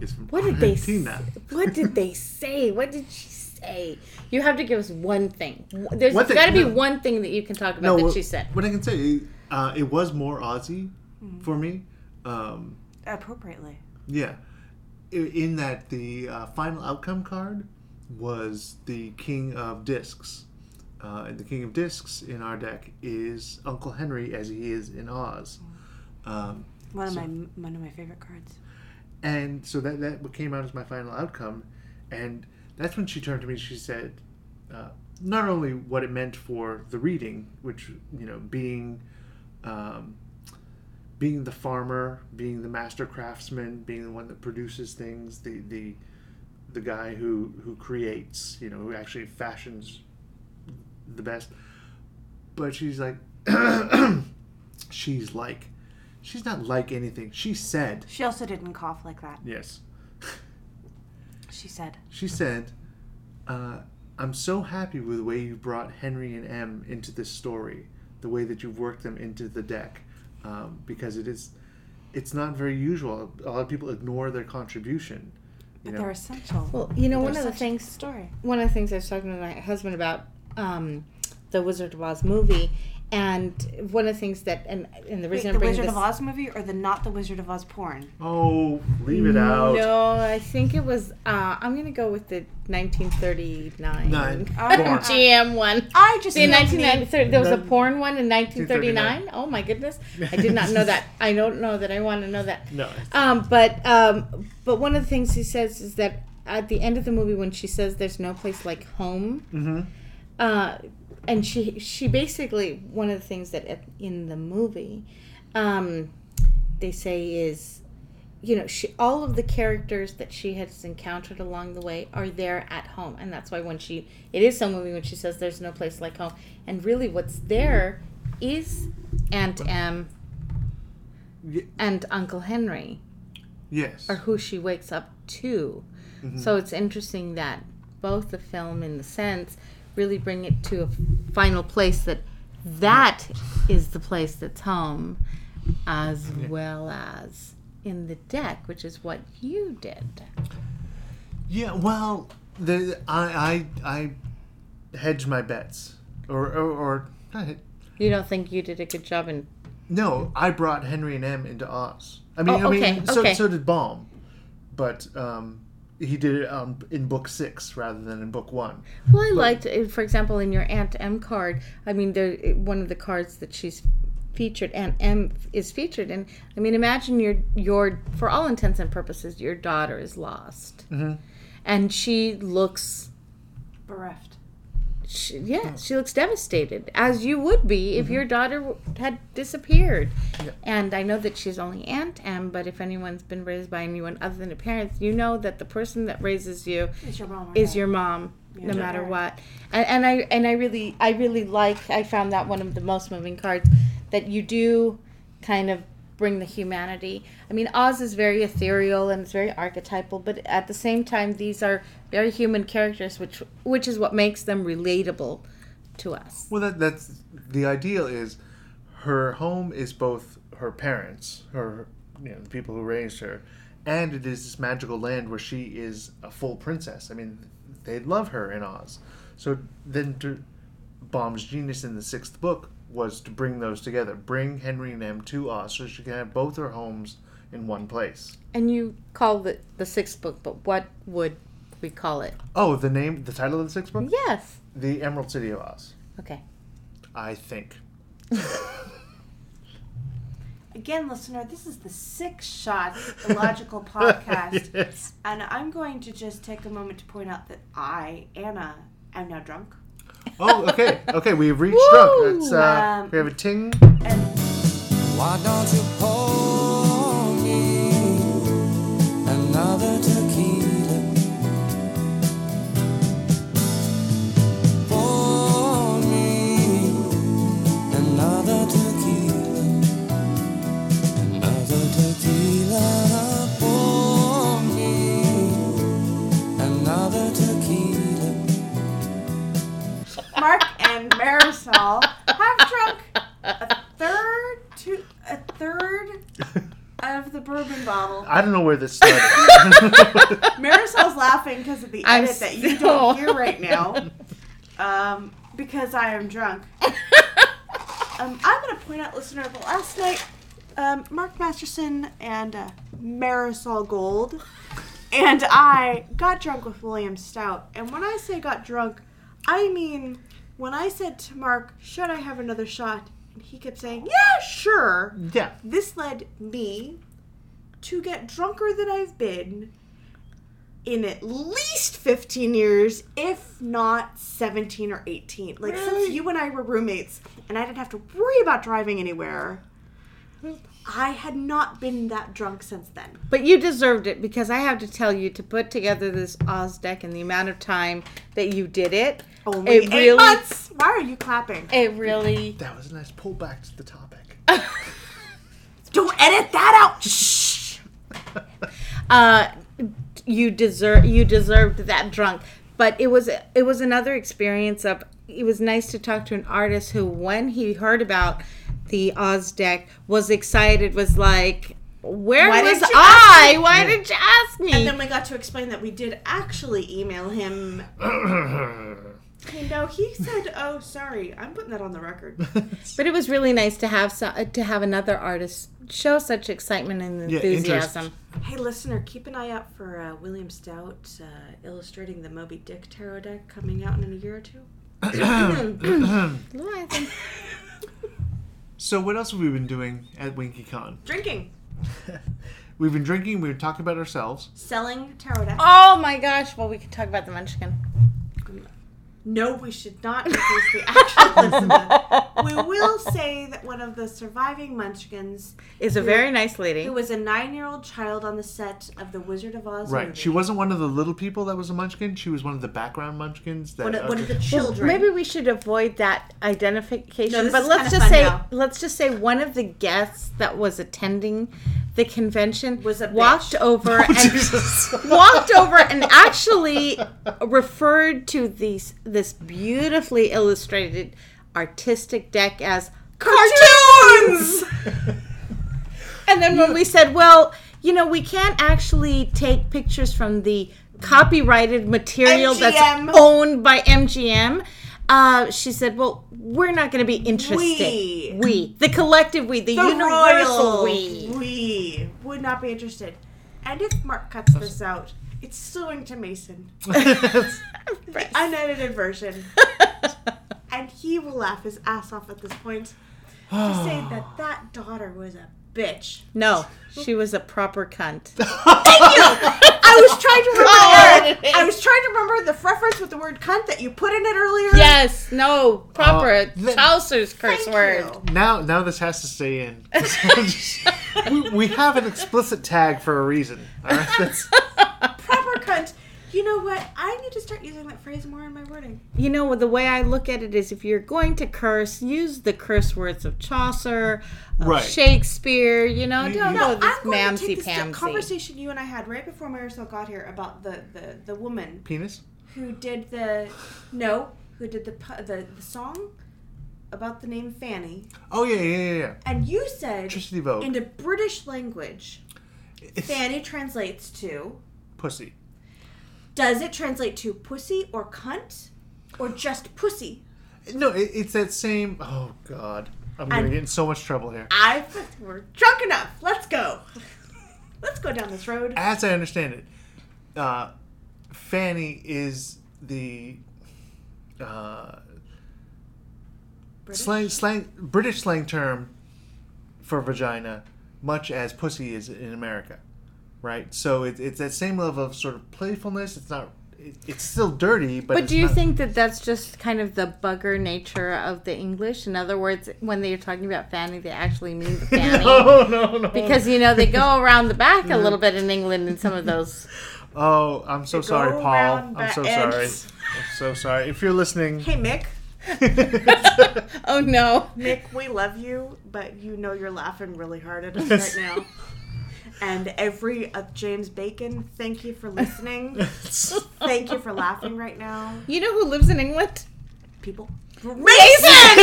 Speaker 5: is from
Speaker 4: What did they
Speaker 5: Argentina.
Speaker 4: What did they say? What did she say? You have to give us one thing. There's
Speaker 5: One thing,
Speaker 4: got to be
Speaker 5: no.
Speaker 4: one thing that you can talk about that
Speaker 5: what,
Speaker 4: she said.
Speaker 5: what I can say, uh, it was more Aussie
Speaker 4: Mm.
Speaker 5: for me. Um,
Speaker 3: Appropriately.
Speaker 5: Yeah. I- In that the uh, final outcome card was the King of Discs. Uh, and the King of Discs in our deck is Uncle Henry as he is in Oz.
Speaker 4: Mm.
Speaker 5: Um,
Speaker 3: One of my one of my favorite cards.
Speaker 5: and so that, that came out as my final outcome. And that's when she turned to me and she said, uh, not only what it meant for the reading, which, you know, being. Um, being the farmer, being the master craftsman, being the one that produces things, the the the guy who who creates, you know, who actually fashions the best. But she's like, she's like, she's not like anything. She said,
Speaker 3: She also didn't cough like that.
Speaker 5: yes,
Speaker 3: She said,
Speaker 5: she said, uh, I'm so happy with the way you brought Henry and M into this story, the way that you've worked them into the deck, um, because it is, it's not very usual. A lot of people ignore their contribution. You
Speaker 3: but
Speaker 5: know?
Speaker 3: they're essential.
Speaker 4: Well, you know, one
Speaker 3: They're
Speaker 4: of the
Speaker 3: such a
Speaker 4: things
Speaker 3: good story.
Speaker 4: one of the things I was talking to my husband about um, the Wizard of Oz movie, and one of the things that and and the
Speaker 3: Wait,
Speaker 4: reason
Speaker 3: the
Speaker 4: I bring
Speaker 3: Wizard
Speaker 4: this
Speaker 3: of Oz movie or the not the Wizard of Oz porn?
Speaker 5: Oh, leave it out.
Speaker 4: No, I think it was. Uh, I'm gonna go with the 1939
Speaker 5: Nine.
Speaker 3: Uh,
Speaker 4: GM one.
Speaker 3: I just
Speaker 4: The
Speaker 3: know the
Speaker 4: 1993. There was a
Speaker 5: Nin-
Speaker 4: porn one in 1939. Oh my goodness, I did not know that. I don't know that. I want to know that.
Speaker 5: No.
Speaker 4: Um, but um, but one of the things he says is that at the end of the movie, when she says "There's no place like home," uh, and she she basically one of the things that at- in the movie um, they say is you know she all of the characters that she has encountered along the way are there at home and that's why when she it is so moving when she says there's no place like home and really what's there is aunt em
Speaker 5: Ye-
Speaker 4: and uncle henry
Speaker 5: Yes.
Speaker 4: are who she wakes up to. So it's interesting that both the film and the sense really bring it to a final place that that is the place that's home, as well as in the deck, which is what you did.
Speaker 5: Yeah, well, the I I I hedge my bets, or or, or not he-
Speaker 4: You don't think you did a good job in
Speaker 5: no, I brought Henry and M into Oz. I mean,
Speaker 4: Oh,
Speaker 5: I mean,
Speaker 4: okay,
Speaker 5: so
Speaker 4: okay.
Speaker 5: so did Baum, but um, he did it um, in book six rather than in book one.
Speaker 4: Well, I liked, uh, for example, in your Aunt M card. I mean, there one of the cards that she's featured. Aunt M is featured, and I mean, imagine your your for all intents and purposes, your daughter is lost, and she looks.
Speaker 3: bereft.
Speaker 4: She, yeah, she looks devastated, as you would be if your daughter w- had disappeared. And I know that she's only Aunt M, but if anyone's been raised by anyone other than a parent, you know that the person that raises you
Speaker 3: Is your mom? or
Speaker 4: is
Speaker 3: dad.
Speaker 4: your mom no matter what and, and i and i really i really like i found that one of the most moving cards that you do kind of bring the humanity i mean oz is very ethereal and it's very archetypal but at the same time these are very human characters which which is what makes them relatable to us
Speaker 5: Well, that that's the ideal is her home is both her parents, her you know, the people who raised her, and it is this magical land where she is a full princess. I mean, they love her in Oz. So then, to, Baum's genius in the sixth book was to bring those together, bring Henry and Em to Oz, so she can have both her homes in one place.
Speaker 4: And you call it the sixth book, but what would we call it?
Speaker 5: Oh, the name, the title of the sixth book,
Speaker 4: Yes.
Speaker 5: the Emerald City of Oz.
Speaker 4: Okay.
Speaker 5: I think.
Speaker 7: Again, listener, this is the Six Shot Illogical Podcast.
Speaker 5: Yes.
Speaker 7: And I'm going to just take a moment to point out that I, Anna, am now drunk.
Speaker 5: Oh, okay, okay. We've reached drunk. That's, uh,
Speaker 7: Um,
Speaker 5: we have a ting.
Speaker 8: Why don't you pour me another tequila? Pour me another tequila, another tequila. Pour me another tequila.
Speaker 7: Mark and Marisol have drunk a third to a third of the bourbon bottle.
Speaker 5: I don't know where this started.
Speaker 7: Marisol's laughing because of the
Speaker 4: I'm
Speaker 7: edit that you
Speaker 4: still-
Speaker 7: don't hear right now. Um, because I am drunk. Um, I'm going to point out, listener, that last night, um, Mark Masterson and uh, Marisol Gold and I got drunk with William Stout. And when I say got drunk, I mean when I said to Mark, should I have another shot? And he kept saying, yeah, sure.
Speaker 5: yeah.
Speaker 7: This led me to get drunker than I've been in at least 15 years, if not 17 or 18. Like, since you and I were roommates and I didn't have to worry about driving anywhere, I had not been that drunk since then.
Speaker 4: But you deserved it because I have to tell you to put together this Oz deck and the amount of time that you did it.
Speaker 7: Only eight months! Why are you clapping?
Speaker 4: It really.
Speaker 5: That was a nice pullback to the topic.
Speaker 7: Don't edit that out! Shh!
Speaker 4: Uh, you deserve. You deserved that drunk. But it was it was another experience of. It was nice to talk to an artist who, when he heard about the Oz deck, was excited. Was like, "Where
Speaker 7: Why
Speaker 4: was
Speaker 7: didn't you ask
Speaker 4: I? Why didn't you ask me?"
Speaker 7: And then we got to explain that we did actually email him. You know, he said, oh, sorry. I'm putting that on the record.
Speaker 4: But it was really nice to have so, uh, to have another artist show such excitement and
Speaker 5: interest.
Speaker 4: enthusiasm.
Speaker 7: Hey, listener, keep an eye out for uh, William Stout uh, illustrating the Moby Dick tarot deck coming out in a year or two.
Speaker 4: Well, I think-
Speaker 5: So what else have we been doing at WinkyCon?
Speaker 7: Drinking,
Speaker 5: We've been drinking. We've been talking about ourselves.
Speaker 7: selling tarot decks.
Speaker 4: oh my gosh! Well, we could talk about the Munchkin.
Speaker 7: No, we should not increase the actual listener. We will say that one of the surviving Munchkins,
Speaker 4: Is a very nice lady.
Speaker 7: who was a nine-year-old child on the set of the Wizard of Oz
Speaker 5: Right.
Speaker 7: movie,
Speaker 5: She wasn't one of the little people that was a munchkin. She was one of the background munchkins. That
Speaker 7: one of,
Speaker 5: are
Speaker 7: one of the
Speaker 5: just-
Speaker 7: children.
Speaker 4: Maybe we should avoid that identification.
Speaker 7: No, this
Speaker 4: but
Speaker 7: is
Speaker 4: let's
Speaker 7: kinda
Speaker 4: just
Speaker 7: fun
Speaker 4: say
Speaker 7: now.
Speaker 4: let's just say one of the guests that was attending the convention
Speaker 7: Was a bitch.
Speaker 4: walked over and
Speaker 5: Jesus.
Speaker 4: walked over and actually referred to these this beautifully illustrated artistic deck as cartoons. and then when we said, well, you know, we can't actually take pictures from the copyrighted material
Speaker 7: MGM.
Speaker 4: that's owned by MGM. Uh, she said, "Well, we're not going to be interested.
Speaker 7: We.
Speaker 4: We. the collective we, the,
Speaker 7: the
Speaker 4: universal
Speaker 7: royal
Speaker 4: we."
Speaker 7: we would not be interested. And if Mark cuts this out, it's suing to Mason. the unedited version. and he will laugh his ass off at this point to say that that daughter was a bitch.
Speaker 4: No, she was a proper cunt.
Speaker 7: I was trying to remember. I was trying to remember the reference with the word "cunt" that you put in it earlier.
Speaker 4: yes, no, proper
Speaker 5: Uh, then-
Speaker 4: Chaucer's curse
Speaker 7: Thank
Speaker 4: word.
Speaker 7: you.
Speaker 5: Now, now this has to stay in. we, we have an explicit tag for a reason. All right. That's,
Speaker 7: Proper cunt. You know what? I need to start using that phrase more in my wording.
Speaker 4: you know the way i look at it is if you're going to curse use the curse words of chaucer of
Speaker 5: Right.
Speaker 4: shakespeare you know don't
Speaker 7: No,
Speaker 4: go this
Speaker 7: I'm going to
Speaker 4: mamsy
Speaker 7: take this to-
Speaker 4: pamsy
Speaker 7: conversation you and I had right before Marisol got here about the, the, the woman
Speaker 5: penis.
Speaker 7: who did the no, who did the pu- the, the song about the name Fanny,
Speaker 5: Oh yeah, yeah, yeah, yeah.
Speaker 7: and you said
Speaker 5: Tricity Vogue.
Speaker 7: into British language,
Speaker 5: It's
Speaker 7: Fanny translates to.
Speaker 5: pussy.
Speaker 7: Does it translate to pussy or cunt, or just pussy?
Speaker 5: No, it, it's that same. Oh God, I'm gonna
Speaker 7: And-
Speaker 5: get in so much trouble here.
Speaker 7: I we're drunk enough. Let's go. Let's go down this road.
Speaker 5: As I understand it, uh, Fanny is the uh, slang, slang, British slang term for vagina, much as pussy is in America, right? So it, it's that same level of sort of playfulness. It's not. It, it's still dirty, but.
Speaker 4: But
Speaker 5: it's
Speaker 4: do you
Speaker 5: not-
Speaker 4: think that that's just kind of the bugger nature of the English? In other words, when they're talking about fanny, they actually mean fanny.
Speaker 5: No, no, no.
Speaker 4: Because you know they go around the back a little bit in England in some of those.
Speaker 5: Oh, I'm so
Speaker 7: They go
Speaker 5: sorry, Paul.
Speaker 7: around
Speaker 5: I'm
Speaker 7: the
Speaker 5: so
Speaker 7: edge.
Speaker 5: sorry. I'm so sorry. If you're listening,
Speaker 7: Hey Mick,
Speaker 4: Oh no!
Speaker 7: Mick, we love you, but you know you're laughing really hard at us right now. And every uh, James Bacon, thank you for listening. thank you for laughing right now,
Speaker 4: You know who lives in England?
Speaker 7: people.
Speaker 4: Mason.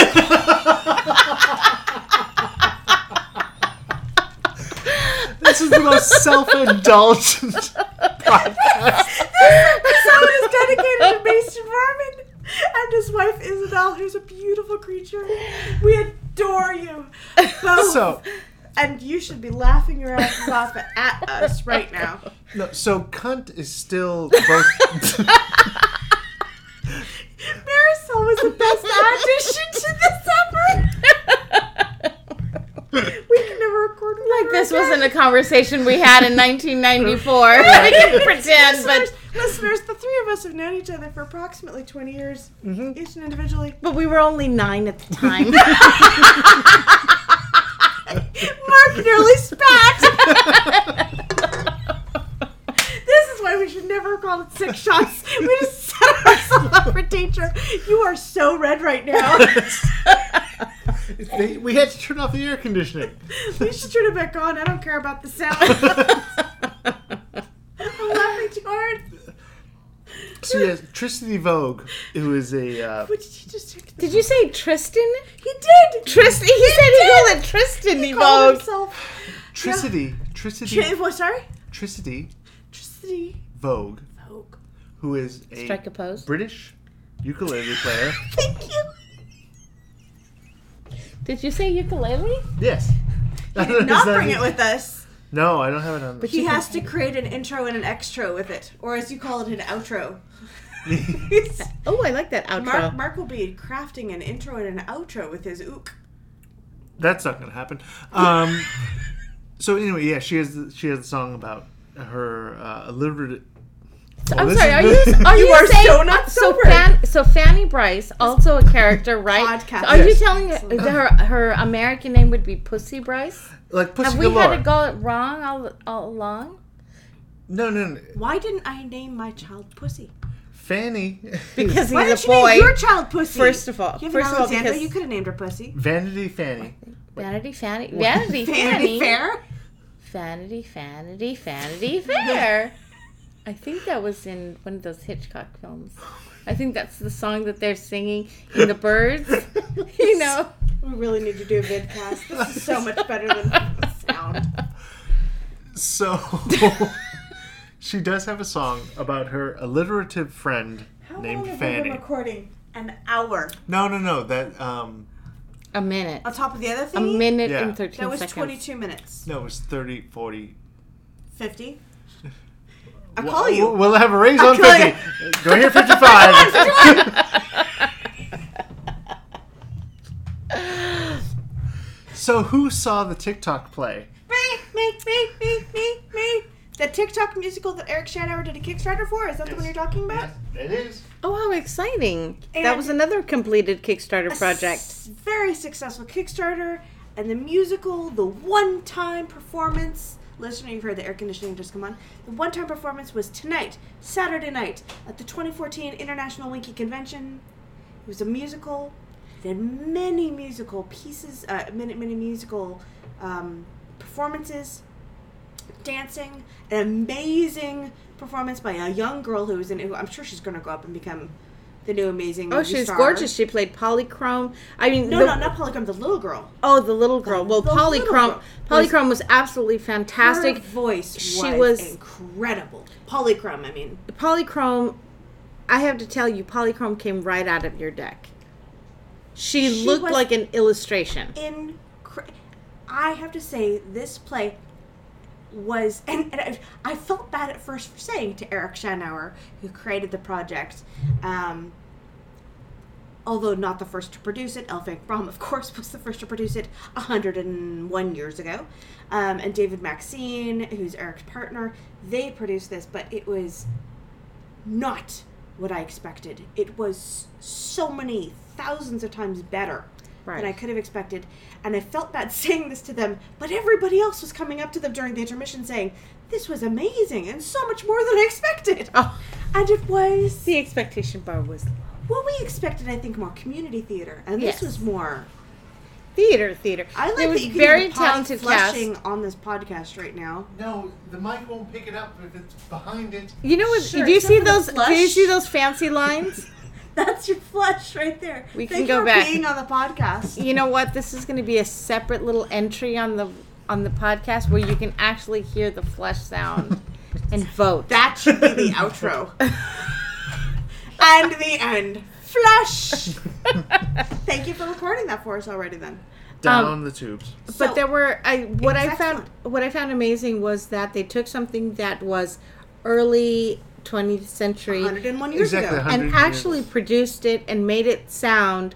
Speaker 5: this is the most self-indulgent.
Speaker 7: Someone is dedicated to Mason Varman and his wife Isabel, who's a beautiful creature. We adore you both,
Speaker 5: so,
Speaker 7: and you should be laughing your asses off at us right now.
Speaker 5: no, so cunt is still both.
Speaker 7: Marisol was the best audition to this summer. we can never record with
Speaker 4: Like
Speaker 7: her
Speaker 4: this
Speaker 7: again.
Speaker 4: wasn't a conversation we had in 1994. we can pretend, but
Speaker 7: Listeners, listeners, the three of us have known each other for approximately 20 years, each and individually.
Speaker 4: but we were only nine at the time.
Speaker 7: Mark nearly spat. this is why we should never have called it six shots. We just set ourselves up for danger. You are so red right now.
Speaker 5: they, we had to turn off the air conditioning.
Speaker 7: we should turn it back on. I don't care about the sound. I'm laughing too hard.
Speaker 5: So yes, Tricity Vogue, who is a uh,
Speaker 7: What did you just do?
Speaker 4: Did you say Tristan?
Speaker 7: He did.
Speaker 4: Tristan. He, said he called it Tristan. He
Speaker 7: Called
Speaker 4: vogue.
Speaker 7: himself.
Speaker 5: Tricity, Tricity,
Speaker 7: Ch- what, sorry.
Speaker 5: Tricity
Speaker 7: Tricity
Speaker 5: Vogue,
Speaker 7: Vogue.
Speaker 5: who is a
Speaker 4: Strike a pose.
Speaker 5: British ukulele player.
Speaker 7: Thank you.
Speaker 4: Did you say ukulele?
Speaker 5: yes. Is
Speaker 7: Not
Speaker 5: that
Speaker 7: bring
Speaker 5: it?
Speaker 7: it with us.
Speaker 5: No, I don't have it on. But
Speaker 7: He has to create an intro and an extra with it, or as you call it, an outro. It's-
Speaker 4: Oh, I like that outro.
Speaker 7: Mark, Mark will be crafting an intro and an outro with his ook.
Speaker 5: That's not gonna happen. Um, so anyway, yeah, she has the, she has a song about her uh, illiterate.
Speaker 4: I'm
Speaker 5: Oh, this
Speaker 4: sorry.
Speaker 5: is
Speaker 4: Are
Speaker 5: good.
Speaker 4: you? Are you,
Speaker 7: are
Speaker 4: saying,
Speaker 7: so not sober.
Speaker 4: So, Fan, so Fanny Bryce, also a character, right?
Speaker 7: Podcast.
Speaker 4: So are you
Speaker 7: Yes.
Speaker 4: telling her, her her American name would be Pussy Bryce?
Speaker 5: like pussy
Speaker 4: Have we
Speaker 5: galore?
Speaker 4: had to go wrong all, all along?
Speaker 5: No, no, no.
Speaker 7: Why didn't I name my child Pussy?
Speaker 5: Fanny,
Speaker 4: Because
Speaker 7: Why
Speaker 4: he's
Speaker 7: didn't
Speaker 4: a
Speaker 7: you name
Speaker 4: boy.
Speaker 7: your child Pussy?
Speaker 4: First of all,
Speaker 7: you have an
Speaker 4: first of all,
Speaker 7: Alexander.
Speaker 4: because
Speaker 7: you could have named her Pussy.
Speaker 5: Vanity Fanny.
Speaker 4: Vanity Fanny, Vanity Fanny,
Speaker 7: Vanity Fair.
Speaker 4: Vanity Vanity Vanity Fair. I think that was in one of those Hitchcock films. I think that's the song that they're singing in the birds. you know.
Speaker 7: We really need to do a vidcast. This is so much better than the sound.
Speaker 5: So she does have a song about her alliterative friend
Speaker 7: How
Speaker 5: named
Speaker 7: long have we been
Speaker 5: Fanny.
Speaker 7: recording? An hour.
Speaker 5: No, no, no. That um,
Speaker 4: A minute.
Speaker 7: On top of the other
Speaker 4: A
Speaker 7: thing,
Speaker 4: minute
Speaker 5: Yeah.
Speaker 4: and 13
Speaker 7: that was
Speaker 4: seconds.
Speaker 7: 22 minutes.
Speaker 5: no, it was 30, 40.
Speaker 7: 50. I'll call you.
Speaker 5: We'll, we'll have a raise on
Speaker 7: kill
Speaker 5: fifty. Go here, fifty-five. so who saw the TikTok play?
Speaker 7: me, me, me, me, me, me. The TikTok musical that Eric Shadauer did a Kickstarter for? Is that the one you're talking about?
Speaker 5: It is.
Speaker 4: Oh, how exciting. that
Speaker 7: And-
Speaker 4: was another completed Kickstarter project.
Speaker 7: S- Very successful Kickstarter. And the musical, the one time performance. Listener, you've heard the air conditioning just come on. The one time performance was tonight, Saturday night, at the 2014 International Winky Convention. It was a musical. They had many musical pieces, uh, many, many musical um, performances, dancing, an amazing performance by a young girl who was in, who I'm sure she's going to grow up and become the new amazing.
Speaker 4: Oh,
Speaker 7: movie
Speaker 4: she's
Speaker 7: star.
Speaker 4: gorgeous. She played Polychrome. I mean,
Speaker 7: No,
Speaker 4: the-
Speaker 7: no, not Polychrome. The little girl.
Speaker 4: Oh, the little girl. Well,
Speaker 7: the little
Speaker 4: Polychrome.
Speaker 7: girl
Speaker 4: Polychrome was absolutely fantastic.
Speaker 7: Her voice.
Speaker 4: She
Speaker 7: was,
Speaker 4: was-
Speaker 7: incredible. Polychrome. I mean,
Speaker 4: Polychrome. I have to tell you, Polychrome came right out of your deck. She,
Speaker 7: She
Speaker 4: looked
Speaker 7: was-
Speaker 4: like an illustration.
Speaker 7: in. I have to say, this play was, and, and I, I felt bad at first for saying to Eric Schanauer, who created the project, um, although not the first to produce it, L. Frank Baum, of course, was the first to produce it 101 years ago. Um, and David Maxine, who's Eric's partner, they produced this, but it was not what I expected. It was so many thousands of times better
Speaker 4: Right.
Speaker 7: than I could have expected. And I felt bad saying this to them, but everybody else was coming up to them during the intermission saying, This was amazing and so much more than I expected.
Speaker 4: Oh.
Speaker 7: And it was
Speaker 4: The expectation bar was
Speaker 7: what we expected, I think, more community theater, and
Speaker 4: Yes.
Speaker 7: this was more.
Speaker 4: theater, theater.
Speaker 7: I like
Speaker 4: there
Speaker 7: that
Speaker 4: was
Speaker 7: you can
Speaker 4: very
Speaker 7: hear the potty
Speaker 4: talented
Speaker 7: flushing
Speaker 4: cast.
Speaker 7: on this podcast right now.
Speaker 5: No, the mic won't pick it up if it's behind it.
Speaker 7: Um,
Speaker 4: You know what?
Speaker 7: Sure,
Speaker 4: do you
Speaker 7: except
Speaker 4: see
Speaker 7: for the
Speaker 4: those? Do you
Speaker 7: flush.
Speaker 4: see those fancy lines?
Speaker 7: That's your flush right there.
Speaker 4: We can
Speaker 7: Thank
Speaker 4: go
Speaker 7: you for
Speaker 4: back.
Speaker 7: Being on the podcast,
Speaker 4: you know what? This is going to be a separate little entry on the on the podcast where you can actually hear the flush sound and vote.
Speaker 7: that should be the outro and the end. Flush. Thank you for recording that for us already. Then
Speaker 5: Down the tubes.
Speaker 4: but there were I what I
Speaker 7: Exact
Speaker 4: found what I found amazing was that they took something that was early 20th century
Speaker 7: 101 years
Speaker 5: Exactly.
Speaker 7: ago.
Speaker 5: 100
Speaker 4: and
Speaker 5: years.
Speaker 4: actually produced it and made it sound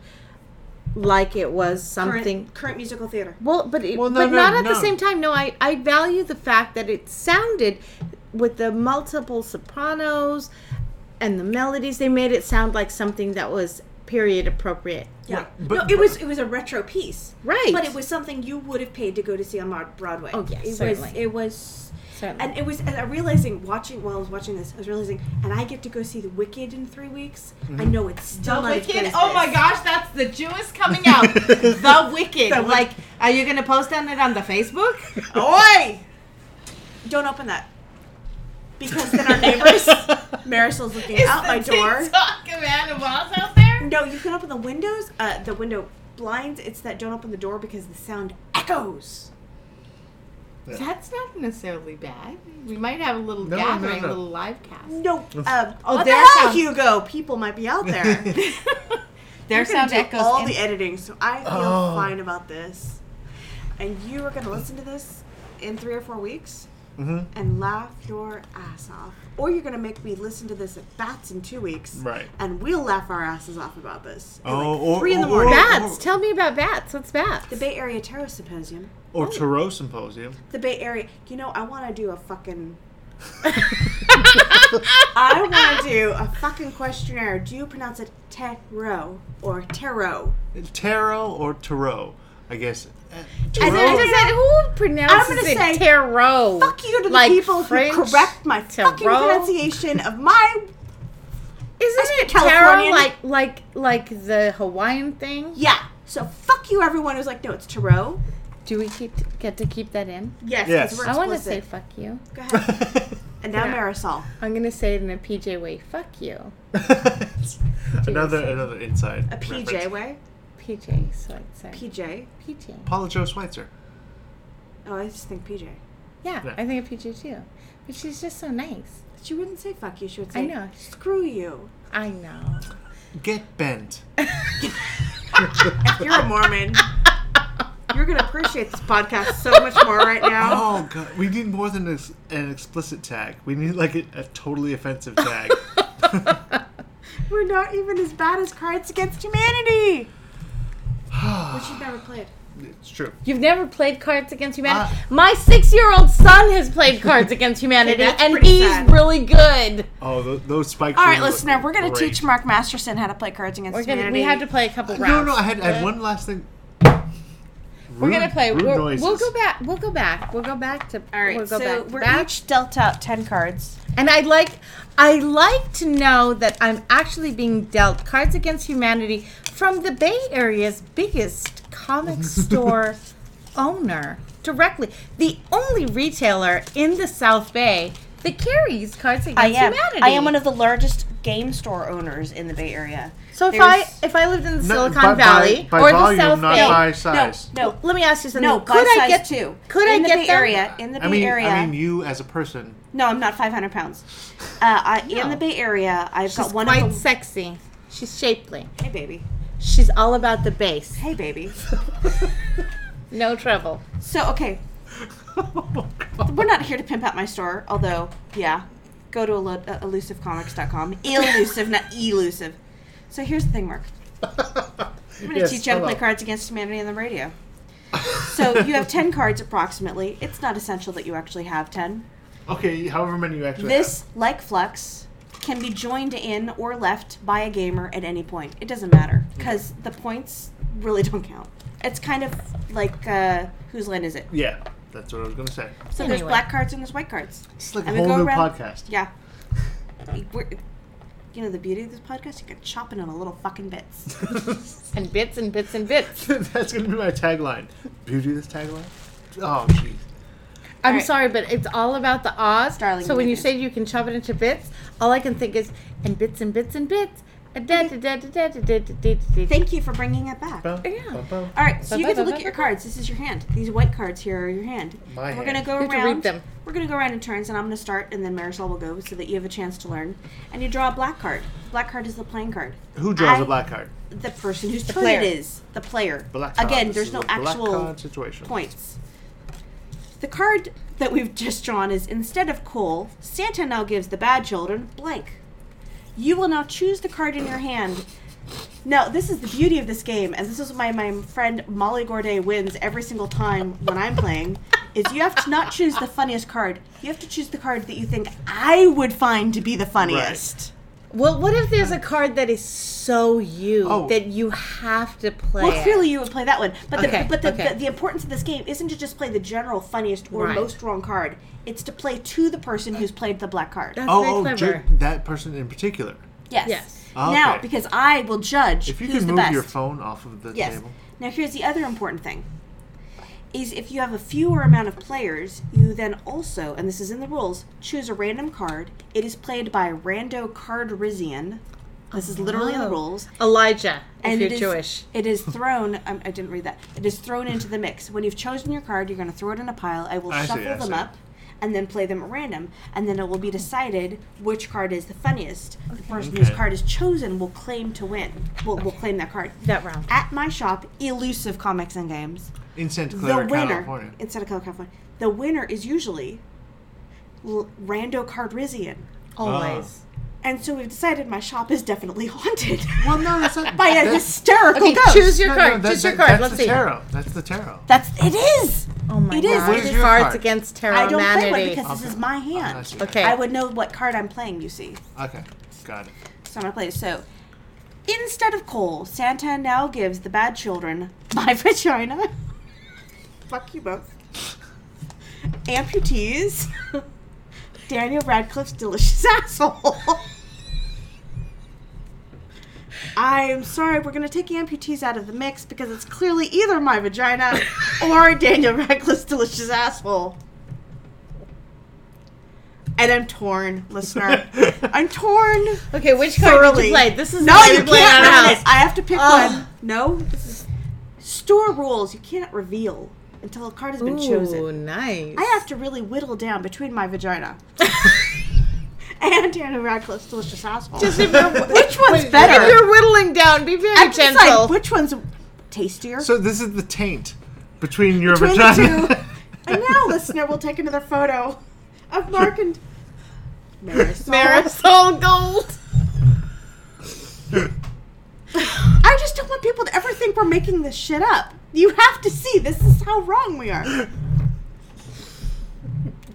Speaker 4: like it was something
Speaker 7: Current, current musical theater.
Speaker 4: well but it,
Speaker 5: Well, no,
Speaker 4: but
Speaker 5: no,
Speaker 4: not at the
Speaker 5: no.
Speaker 4: same time no I, I value the fact that it sounded with the multiple sopranos and the melodies they made it sound like something that was period appropriate
Speaker 7: Yeah,
Speaker 5: but-
Speaker 7: no, it was it was a retro piece,
Speaker 4: Right.
Speaker 7: But it was something you would have paid to go to see on Mar- Broadway.
Speaker 4: Oh, yes,
Speaker 7: it was
Speaker 4: certainly.
Speaker 7: it was
Speaker 4: Certainly.
Speaker 7: and it was and I realizing watching while I was watching this, I was realizing, and I get to go see The Wicked in three weeks. I
Speaker 4: Mm-hmm.
Speaker 7: know it's still not as good as
Speaker 4: Oh my
Speaker 7: this.
Speaker 4: gosh, that's the Jew is coming out. the Wicked. like, are you gonna post on it on the Facebook?
Speaker 7: Oi! Don't open that because then our neighbors, Marisol's looking out my door.
Speaker 4: Talk of animals out there.
Speaker 7: No, you can open the windows, uh, the window blinds. It's that don't open the door because the sound echoes.
Speaker 4: That's not necessarily bad. We might have a little
Speaker 5: No, no,
Speaker 4: gathering, a
Speaker 5: no.
Speaker 4: little live cast.
Speaker 7: No, uh,
Speaker 4: Oh,
Speaker 7: what the
Speaker 4: their
Speaker 7: hell,
Speaker 4: sound-
Speaker 7: Hugo? People might be out there.
Speaker 4: Their
Speaker 7: You're gonna
Speaker 4: sound
Speaker 7: do
Speaker 4: echoes.
Speaker 7: all
Speaker 4: in-
Speaker 7: the editing, so I feel
Speaker 5: Oh.
Speaker 7: fine about this. And you are going to listen to this in three or four weeks
Speaker 5: Mm-hmm.
Speaker 7: and laugh your ass off, or you're going to make me listen to this at bats in two weeks,
Speaker 5: Right.
Speaker 7: And we'll laugh our asses off about this. at,
Speaker 5: Oh,
Speaker 7: like,
Speaker 5: or-
Speaker 7: three in the
Speaker 5: or-
Speaker 7: morning.
Speaker 4: bats. Tell me about bats. What's bats?
Speaker 7: the Bay Area Tarot Symposium.
Speaker 5: Or Tarot Symposium.
Speaker 7: The Bay Area. You know, I want to do a fucking. I want to do a fucking questionnaire. Do you pronounce it tarot or tarot?
Speaker 5: Tarot or Tarot? I guess. Uh,
Speaker 4: And then
Speaker 5: Tarot?
Speaker 4: does that- who pronounces
Speaker 7: I'm gonna
Speaker 4: it
Speaker 7: say,
Speaker 4: tarot?
Speaker 7: Fuck you to the
Speaker 4: Like
Speaker 7: people
Speaker 4: French
Speaker 7: who correct my fucking
Speaker 4: tarot?
Speaker 7: pronunciation of my.
Speaker 4: Isn't
Speaker 7: speak
Speaker 4: it tarot
Speaker 7: Californian.
Speaker 4: like like like the Hawaiian thing?
Speaker 7: Yeah. So fuck you, everyone who's like, no, it's tarot.
Speaker 4: Do we keep, get to keep that in?
Speaker 7: Yes. 'cause
Speaker 5: Yes.
Speaker 7: We're
Speaker 4: I want to say
Speaker 7: explicit.
Speaker 4: fuck you.
Speaker 7: Go ahead. and now Marisol.
Speaker 4: I'm gonna say it in a PJ way. Fuck you,
Speaker 5: another another inside.
Speaker 7: A PJ
Speaker 5: reference.
Speaker 7: way.
Speaker 4: PJ. So it's sorry.
Speaker 7: PJ.
Speaker 4: PJ.
Speaker 5: Paula Joe Schweitzer.
Speaker 7: Oh, I just think PJ.
Speaker 4: Yeah,
Speaker 5: Yeah.
Speaker 4: I think a PJ too. But she's just so nice.
Speaker 7: She wouldn't say fuck you. She would say
Speaker 4: I know.
Speaker 7: screw you.
Speaker 4: I know.
Speaker 5: Get bent.
Speaker 7: Oh. If you're a Mormon, you're gonna appreciate this podcast so much more right now.
Speaker 5: Oh god, we need more than this, an explicit tag. We need like a, a totally offensive tag.
Speaker 7: We're not even as bad as Cards Against Humanity, which you've never played.
Speaker 5: it's true.
Speaker 4: You've never played Cards Against Humanity. My six-year-old son has played Cards Against Humanity,
Speaker 7: that's
Speaker 4: and
Speaker 7: pretty
Speaker 4: he's
Speaker 7: sad.
Speaker 4: really good.
Speaker 5: Oh, those, those spikes.
Speaker 7: All
Speaker 5: were
Speaker 7: right, listener, we're gonna
Speaker 5: great.
Speaker 7: teach Mark Masterson how to play Cards Against
Speaker 4: We're gonna.
Speaker 7: Humanity.
Speaker 4: We have to play a couple
Speaker 5: No,
Speaker 4: rounds.
Speaker 5: no, I had, I had one last thing.
Speaker 4: We're gonna
Speaker 5: Rude-
Speaker 4: play.
Speaker 5: rude
Speaker 4: We're,
Speaker 5: noises.
Speaker 4: we'll go back. We'll go back. We'll go back to.
Speaker 7: All right,
Speaker 4: We'll go
Speaker 7: so
Speaker 4: back to
Speaker 7: we're
Speaker 4: that.
Speaker 7: each dealt out ten cards.
Speaker 4: And I like I like to know that I'm actually being dealt Cards Against Humanity from the Bay Area's biggest comic store owner directly. The only retailer in the South Bay that carries Cards Against
Speaker 7: I am.
Speaker 4: Humanity.
Speaker 7: I am one of the largest game store owners in the Bay Area.
Speaker 4: So if I
Speaker 7: There's-
Speaker 4: if I lived in the
Speaker 5: No,
Speaker 4: Silicon
Speaker 5: by- by-
Speaker 4: Valley
Speaker 5: by
Speaker 4: or
Speaker 5: volume,
Speaker 4: the South
Speaker 5: not
Speaker 4: Bay,
Speaker 5: by size.
Speaker 7: no, no,
Speaker 4: let me ask you something.
Speaker 7: no,
Speaker 4: could I get
Speaker 7: two?
Speaker 4: Could
Speaker 7: in
Speaker 4: I
Speaker 7: the
Speaker 4: get
Speaker 7: Bay
Speaker 4: them?
Speaker 7: Area? In the Bay
Speaker 5: I mean,
Speaker 7: Area.
Speaker 5: I mean, you as a person.
Speaker 7: no, I'm not 500 pounds. Uh, I, In the Bay Area, I've
Speaker 4: She's
Speaker 7: got one
Speaker 4: quite
Speaker 7: of the.
Speaker 4: sexy. She's shapely.
Speaker 7: hey, baby.
Speaker 4: She's all about the base.
Speaker 7: Hey, baby.
Speaker 4: No trouble.
Speaker 7: So okay, we're not here to pimp out my store, although yeah, go to elu- uh, elusivecomics.com. Elusive, not elusive. So here's the thing, Mark. I'm gonna
Speaker 5: Yes,
Speaker 7: teach you how to play
Speaker 5: hello.
Speaker 7: Cards Against Humanity on the radio. So you have ten cards approximately. It's not essential that you actually have ten.
Speaker 5: Okay, however many you actually
Speaker 7: This, like Flux, can be joined in or left by a gamer at any point. It doesn't matter because the points really don't count. It's kind of like uh, whose line is it?
Speaker 5: have. Yeah, that's what I was going to say.
Speaker 7: So
Speaker 4: Anyway.
Speaker 7: there's black cards and there's white cards.
Speaker 5: It's like a
Speaker 7: And we
Speaker 5: whole
Speaker 7: go
Speaker 5: new
Speaker 7: around-
Speaker 5: podcast.
Speaker 7: Yeah. We're, you know the beauty of this podcast? You can chop it into little fucking bits.
Speaker 4: And bits and bits and bits.
Speaker 5: that's going to be my tagline. Beauty of this tagline? Oh, jeez.
Speaker 4: I'm
Speaker 7: All right.
Speaker 4: sorry, but it's all about the Oz.
Speaker 7: Darling,
Speaker 4: so when
Speaker 7: you
Speaker 4: you
Speaker 7: do.
Speaker 4: say you can chop it into bits, all I can think is and bits and bits and bits. Thank
Speaker 7: Thank you for bringing it back. All
Speaker 5: Bum, bum, bum.
Speaker 7: right, so you get to look at your cards. This is your hand. These white cards here are your hand.
Speaker 5: My
Speaker 7: And we're
Speaker 5: hand.
Speaker 7: gonna go
Speaker 4: You have to
Speaker 7: around.
Speaker 4: read them.
Speaker 7: We're gonna go around in turns, and I'm gonna start, and then Marisol will go, so that you have a chance to learn. And you draw a black card. Black card is the playing card.
Speaker 5: Who draws
Speaker 7: I-
Speaker 5: a black card?
Speaker 7: The person whose turn
Speaker 4: player.
Speaker 7: it is. The player.
Speaker 5: Black card.
Speaker 7: Again,
Speaker 5: This
Speaker 7: there's
Speaker 5: is
Speaker 7: no
Speaker 5: a black
Speaker 7: actual
Speaker 5: card situation.
Speaker 7: points. The card that we've just drawn is instead of coal, Santa now gives the bad children blank. You will now choose the card in your hand. Now, this is the beauty of this game, and this is why my friend Molly Gorday wins every single time when I'm playing, is you have to not choose the funniest card. You have to choose the card that you think I would find to be the funniest.
Speaker 4: Well, what if there's a card that is so you
Speaker 5: Oh.
Speaker 4: that you have to play?
Speaker 7: Well,
Speaker 4: it?
Speaker 7: clearly you would play that one, but the,
Speaker 4: Okay,
Speaker 7: but the,
Speaker 4: okay.
Speaker 7: the, the importance of this game isn't to just play the general funniest or
Speaker 4: Right.
Speaker 7: most wrong card. It's to play to the person who's played the black card.
Speaker 4: That's very
Speaker 5: Oh, oh
Speaker 4: clever.
Speaker 5: ju- that person in particular.
Speaker 7: Yes.
Speaker 4: Yes.
Speaker 5: Ah,
Speaker 7: Now,
Speaker 5: okay.
Speaker 7: because I will judge
Speaker 5: If you
Speaker 7: who's
Speaker 5: could
Speaker 7: the
Speaker 5: move
Speaker 7: best.
Speaker 5: your phone off of the
Speaker 7: yes.
Speaker 5: table.
Speaker 7: Now, here's the other important thing: is if you have a fewer amount of players, you then also, and this is in the rules, choose a random card. It is played by Rando Cardrizian. This is literally in the
Speaker 4: Oh.
Speaker 7: rules.
Speaker 4: Elijah, if
Speaker 7: And
Speaker 4: you're
Speaker 7: it is-
Speaker 4: Jewish.
Speaker 7: It is thrown. um, I didn't read that. It is thrown into the mix. When you've chosen your card, you're going to throw it in a pile. I will
Speaker 5: I see,
Speaker 7: shuffle
Speaker 5: I
Speaker 7: them
Speaker 5: see.
Speaker 7: up, and then play them at random, and then it will be decided which card is the funniest. The person whose
Speaker 5: Okay.
Speaker 7: card is chosen will claim to win. Will will claim that card.
Speaker 4: That round.
Speaker 7: At my shop, Elusive Comics and Games,
Speaker 5: In Santa
Speaker 7: the
Speaker 5: Clara,
Speaker 7: winner
Speaker 5: California.
Speaker 7: instead of Color California, the winner is usually L- Rando Cardrizian.
Speaker 4: Always.
Speaker 5: Ah.
Speaker 7: And so we've decided my shop is definitely haunted
Speaker 5: Well, no, that's not.
Speaker 7: by a
Speaker 5: that's,
Speaker 7: hysterical
Speaker 4: Okay,
Speaker 7: ghost.
Speaker 4: choose your
Speaker 5: no, no,
Speaker 4: card.
Speaker 5: that-
Speaker 4: choose your
Speaker 5: that-
Speaker 4: card.
Speaker 5: That's
Speaker 4: Let's
Speaker 5: the
Speaker 4: see.
Speaker 5: tarot. That's the tarot.
Speaker 7: That's it is.
Speaker 4: Oh my
Speaker 7: It is.
Speaker 4: god.
Speaker 7: What is
Speaker 5: your
Speaker 4: Cards
Speaker 5: card?
Speaker 4: against tarot
Speaker 7: I don't play one
Speaker 4: humanity.
Speaker 7: because this is my
Speaker 5: I see.
Speaker 7: hand.
Speaker 4: Okay.
Speaker 7: I would know what card I'm playing. You see,
Speaker 5: Okay, got it.
Speaker 7: so I'm gonna play. So instead of coal, Santa now gives the bad children my vagina. Fuck you both. Amputees. Daniel Radcliffe's delicious asshole. I'm sorry, we're gonna take amputees out of the mix because it's clearly either my vagina or Daniel Radcliffe's delicious asshole. And I'm torn, listener. I'm torn.
Speaker 4: Okay, which card did
Speaker 7: thoroughly.
Speaker 4: you play? This is
Speaker 7: no,
Speaker 4: the card
Speaker 7: you
Speaker 4: you play
Speaker 7: can't
Speaker 4: in our
Speaker 7: ruin it.
Speaker 4: house.
Speaker 7: I have to pick
Speaker 4: Ugh.
Speaker 7: one. No, this is store rules. You cannot reveal until a card has been
Speaker 4: Ooh,
Speaker 7: chosen.
Speaker 4: Oh, nice.
Speaker 7: I have to really whittle down between my vagina and Daniel Radcliffe's delicious asshole.
Speaker 4: Just if you're-
Speaker 7: which one's
Speaker 4: If
Speaker 7: better?
Speaker 4: you're whittling down, be very
Speaker 7: I have to decide
Speaker 4: gentle.
Speaker 7: which one's tastier.
Speaker 5: So this is the taint between your
Speaker 7: Between the
Speaker 5: vagina.
Speaker 7: two. and now, listener, we'll take another photo of Mark and Marisol.
Speaker 4: Marisol Gold.
Speaker 7: I just don't want people to ever think we're making this shit up. You have to see this is how wrong we are.